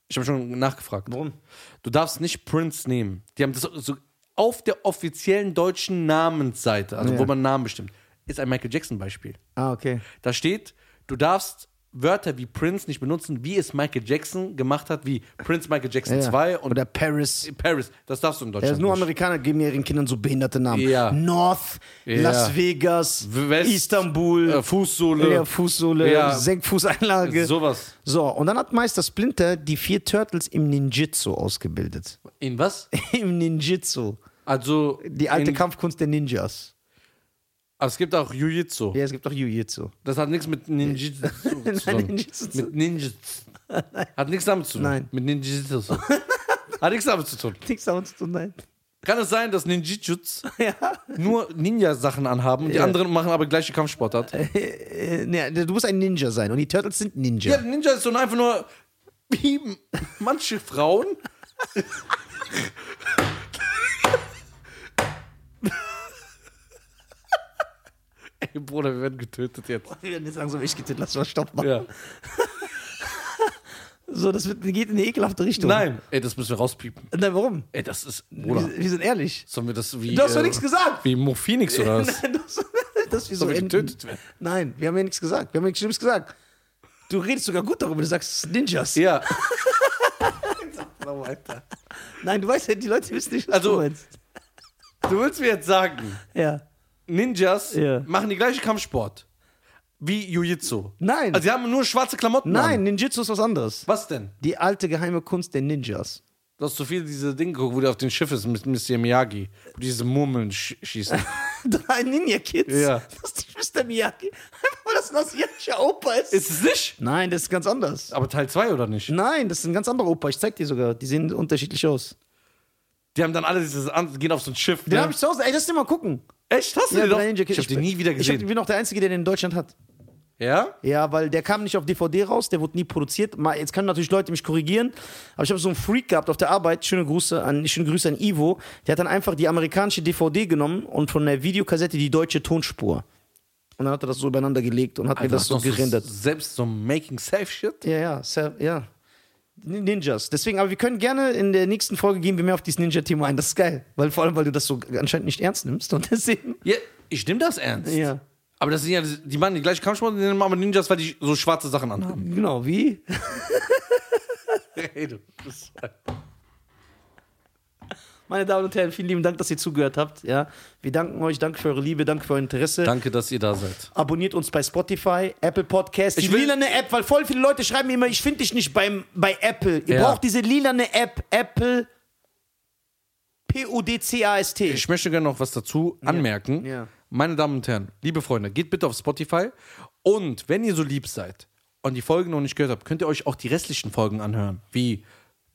Speaker 2: Ich habe schon nachgefragt.
Speaker 1: Warum?
Speaker 2: Du darfst nicht Prince nehmen. Die haben das so auf der offiziellen deutschen Namensseite, also
Speaker 1: Ja.
Speaker 2: wo man Namen bestimmt, ist ein Michael Jackson Beispiel.
Speaker 1: Ah, okay.
Speaker 2: Da steht, du darfst Wörter wie Prince nicht benutzen, wie es Michael Jackson gemacht hat, wie Prince Michael Jackson 2 und
Speaker 1: Oder Paris.
Speaker 2: Paris. Das darfst du in
Speaker 1: Ja,
Speaker 2: Deutschland.
Speaker 1: nur
Speaker 2: nicht.
Speaker 1: Amerikaner geben ihren Kindern so behinderte Namen.
Speaker 2: Ja.
Speaker 1: North,
Speaker 2: Ja.
Speaker 1: Las Vegas,
Speaker 2: West,
Speaker 1: Istanbul,
Speaker 2: äh, Fußsohle.
Speaker 1: ja, Fußsohle,
Speaker 2: Ja.
Speaker 1: Senkfußeinlage.
Speaker 2: Sowas.
Speaker 1: So, und dann hat Meister Splinter die vier Turtles im Ninjitsu ausgebildet.
Speaker 2: In was?
Speaker 1: Im Ninjitsu.
Speaker 2: Also
Speaker 1: Die alte
Speaker 2: in,
Speaker 1: Kampfkunst der Ninjas.
Speaker 2: Aber es gibt auch Jiu-Jitsu.
Speaker 1: Ja, es gibt auch Jiu-Jitsu.
Speaker 2: Das hat nichts mit Ninjitsu zu tun.
Speaker 1: Ninjitsu.
Speaker 2: Mit Ninjitsu. Hat nichts damit zu tun.
Speaker 1: Nein.
Speaker 2: Mit Ninjitsu. hat nichts damit zu tun.
Speaker 1: Nichts sonst zu tun, nein.
Speaker 2: Kann es sein, dass Ninjitsu's
Speaker 1: Ja.
Speaker 2: nur Ninja-Sachen anhaben und die
Speaker 1: Ja.
Speaker 2: anderen machen aber gleiche Kampfsportart?
Speaker 1: Äh, nee, du musst ein Ninja sein und die Turtles sind Ninja.
Speaker 2: Ja, Ninja ist so einfach nur wie manche Frauen. Ey, Bruder, wir werden getötet jetzt.
Speaker 1: Wir werden jetzt langsam echt getitelt. Lass mal Stopp machen.
Speaker 2: Ja.
Speaker 1: So, das wird, geht in eine ekelhafte Richtung.
Speaker 2: Nein. Ey, das müssen wir rauspiepen.
Speaker 1: Nein, warum?
Speaker 2: Ey, das ist. Bruder.
Speaker 1: Wir, wir sind ehrlich.
Speaker 2: Sollen wir das wie.
Speaker 1: Du hast doch
Speaker 2: äh,
Speaker 1: nichts gesagt.
Speaker 2: Wie Mo Phoenix oder was?
Speaker 1: Nein, das, dass wir so
Speaker 2: Sollen wir
Speaker 1: enden.
Speaker 2: getötet werden?
Speaker 1: Nein, wir haben ja nichts gesagt. Wir haben ja nichts Schlimmes gesagt. Du redest sogar gut darüber, du sagst es sind Ninjas.
Speaker 2: Ja,
Speaker 1: Nein, du weißt ja, die Leute wissen nicht, was
Speaker 2: Also-
Speaker 1: du meinst.
Speaker 2: du willst mir jetzt sagen,
Speaker 1: Ja.
Speaker 2: Ninjas
Speaker 1: Ja.
Speaker 2: machen die gleiche Kampfsport. Wie Jiu-Jitsu.
Speaker 1: Nein.
Speaker 2: Also, sie haben nur schwarze Klamotten.
Speaker 1: Nein,
Speaker 2: An.
Speaker 1: Ninjutsu ist was anderes.
Speaker 2: Was denn?
Speaker 1: Die alte geheime Kunst der Ninjas.
Speaker 2: Du hast zu viel diese Dinge geguckt, wo der auf dem Schiff ist mit Mr. Miyagi. Wo diese Murmeln sch schießen.
Speaker 1: Drei Ninja-Kids?
Speaker 2: Ja.
Speaker 1: Das ist Mr. Miyagi. Einfach weil das ein asiatischer Opa ist.
Speaker 2: ist es nicht?
Speaker 1: Nein, das ist ganz anders.
Speaker 2: Aber Teil 2 oder nicht?
Speaker 1: Nein, das ist ein ganz anderer Opa. Ich zeig dir sogar. Die sehen unterschiedlich aus.
Speaker 2: Die haben dann alle dieses, an- gehen auf so ein Schiff.
Speaker 1: Den
Speaker 2: ne?
Speaker 1: hab ich zu Hause. Ey, lass den mal gucken.
Speaker 2: Echt? Hast du den
Speaker 1: Drei
Speaker 2: doch?
Speaker 1: Ninja Kids.
Speaker 2: Ich hab den nie wieder
Speaker 1: Ich
Speaker 2: gesehen.
Speaker 1: hab- bin auch der Einzige, der den in Deutschland hat.
Speaker 2: ja?
Speaker 1: Ja, weil der kam nicht auf DVD raus, der wurde nie produziert. Mal- Jetzt können natürlich Leute mich korrigieren, aber ich habe so einen Freak gehabt auf der Arbeit. Schöne Grüße an, schöne Grüße an Ivo. Der hat dann einfach die amerikanische DVD genommen und von der Videokassette die deutsche Tonspur. Und dann hat er das so übereinander gelegt und hat mir das so
Speaker 2: Hast du
Speaker 1: gerendert.
Speaker 2: Selbst so Making-Safe-Shit?
Speaker 1: Ja, ja, Sir, ja. Nin- Ninjas. Deswegen, aber wir können gerne in der nächsten Folge gehen wir mehr auf dieses Ninja-Thema ein. Das ist geil. Weil vor allem, weil du das so anscheinend nicht ernst nimmst und deswegen.
Speaker 2: Ja, ich nehme das ernst.
Speaker 1: Ja.
Speaker 2: Aber das sind ja, die machen die gleichen Kampfsportarten, die nehmen aber Ninjas, weil die so schwarze Sachen anhaben.
Speaker 1: Genau, wie?
Speaker 2: Hey, du bist-
Speaker 1: Meine Damen und Herren, vielen lieben Dank, dass ihr zugehört habt. Ja, wir danken euch, danke für eure Liebe, danke für euer Interesse.
Speaker 2: Danke, dass ihr da seid.
Speaker 1: Abonniert uns bei Spotify, Apple Podcasts, die
Speaker 2: will-
Speaker 1: lilane App, weil voll viele Leute schreiben mir immer, ich finde dich nicht beim, bei Apple. Ihr
Speaker 2: Ja.
Speaker 1: braucht diese lilane App, Apple P-O-D-C-A-S-T.
Speaker 2: Ich möchte gerne noch was dazu anmerken.
Speaker 1: Ja.
Speaker 2: Meine Damen und Herren, liebe Freunde, geht bitte auf Spotify und wenn ihr so lieb seid und die Folgen noch nicht gehört habt, könnt ihr euch auch die restlichen Folgen anhören, wie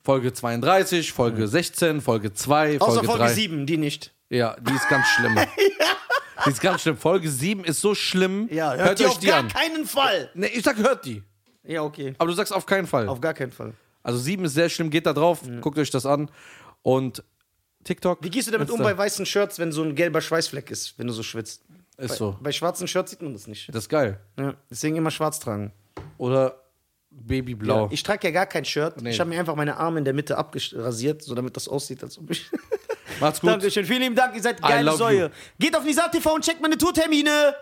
Speaker 2: Folge 32, Folge 16, Folge 2,
Speaker 1: Außer
Speaker 2: Folge,
Speaker 1: Folge
Speaker 2: 3.
Speaker 1: 7, die nicht.
Speaker 2: Ja, die ist ganz schlimm. Die ist ganz schlimm. Folge 7 ist so schlimm.
Speaker 1: Ja, hört,
Speaker 2: hört,
Speaker 1: ihr
Speaker 2: euch
Speaker 1: auf
Speaker 2: die
Speaker 1: gar
Speaker 2: an.
Speaker 1: keinen Fall.
Speaker 2: Nee, ich sag, hört die.
Speaker 1: Ja, okay.
Speaker 2: Aber du sagst auf keinen Fall.
Speaker 1: Auf gar keinen Fall.
Speaker 2: Also 7 ist sehr schlimm, geht da drauf, guckt euch das an. Und TikTok.
Speaker 1: Wie gehst du damit um bei weißen Shirts, wenn so ein gelber Schweißfleck ist, wenn du so schwitzt?
Speaker 2: Ist
Speaker 1: bei,
Speaker 2: so.
Speaker 1: bei schwarzen Shirts sieht man das nicht.
Speaker 2: Das ist geil.
Speaker 1: Ja, deswegen immer schwarz tragen.
Speaker 2: Oder Babyblau.
Speaker 1: Ich trage ja gar kein Shirt.
Speaker 2: Nee.
Speaker 1: Ich habe mir einfach meine Arme in der Mitte abgerasiert, so damit das aussieht, als ob ich.
Speaker 2: Macht's gut.
Speaker 1: Dankeschön. Vielen lieben Dank. Ihr seid geile
Speaker 2: love you.
Speaker 1: Säue. Geht auf Nisa TV und checkt meine Tourtermine.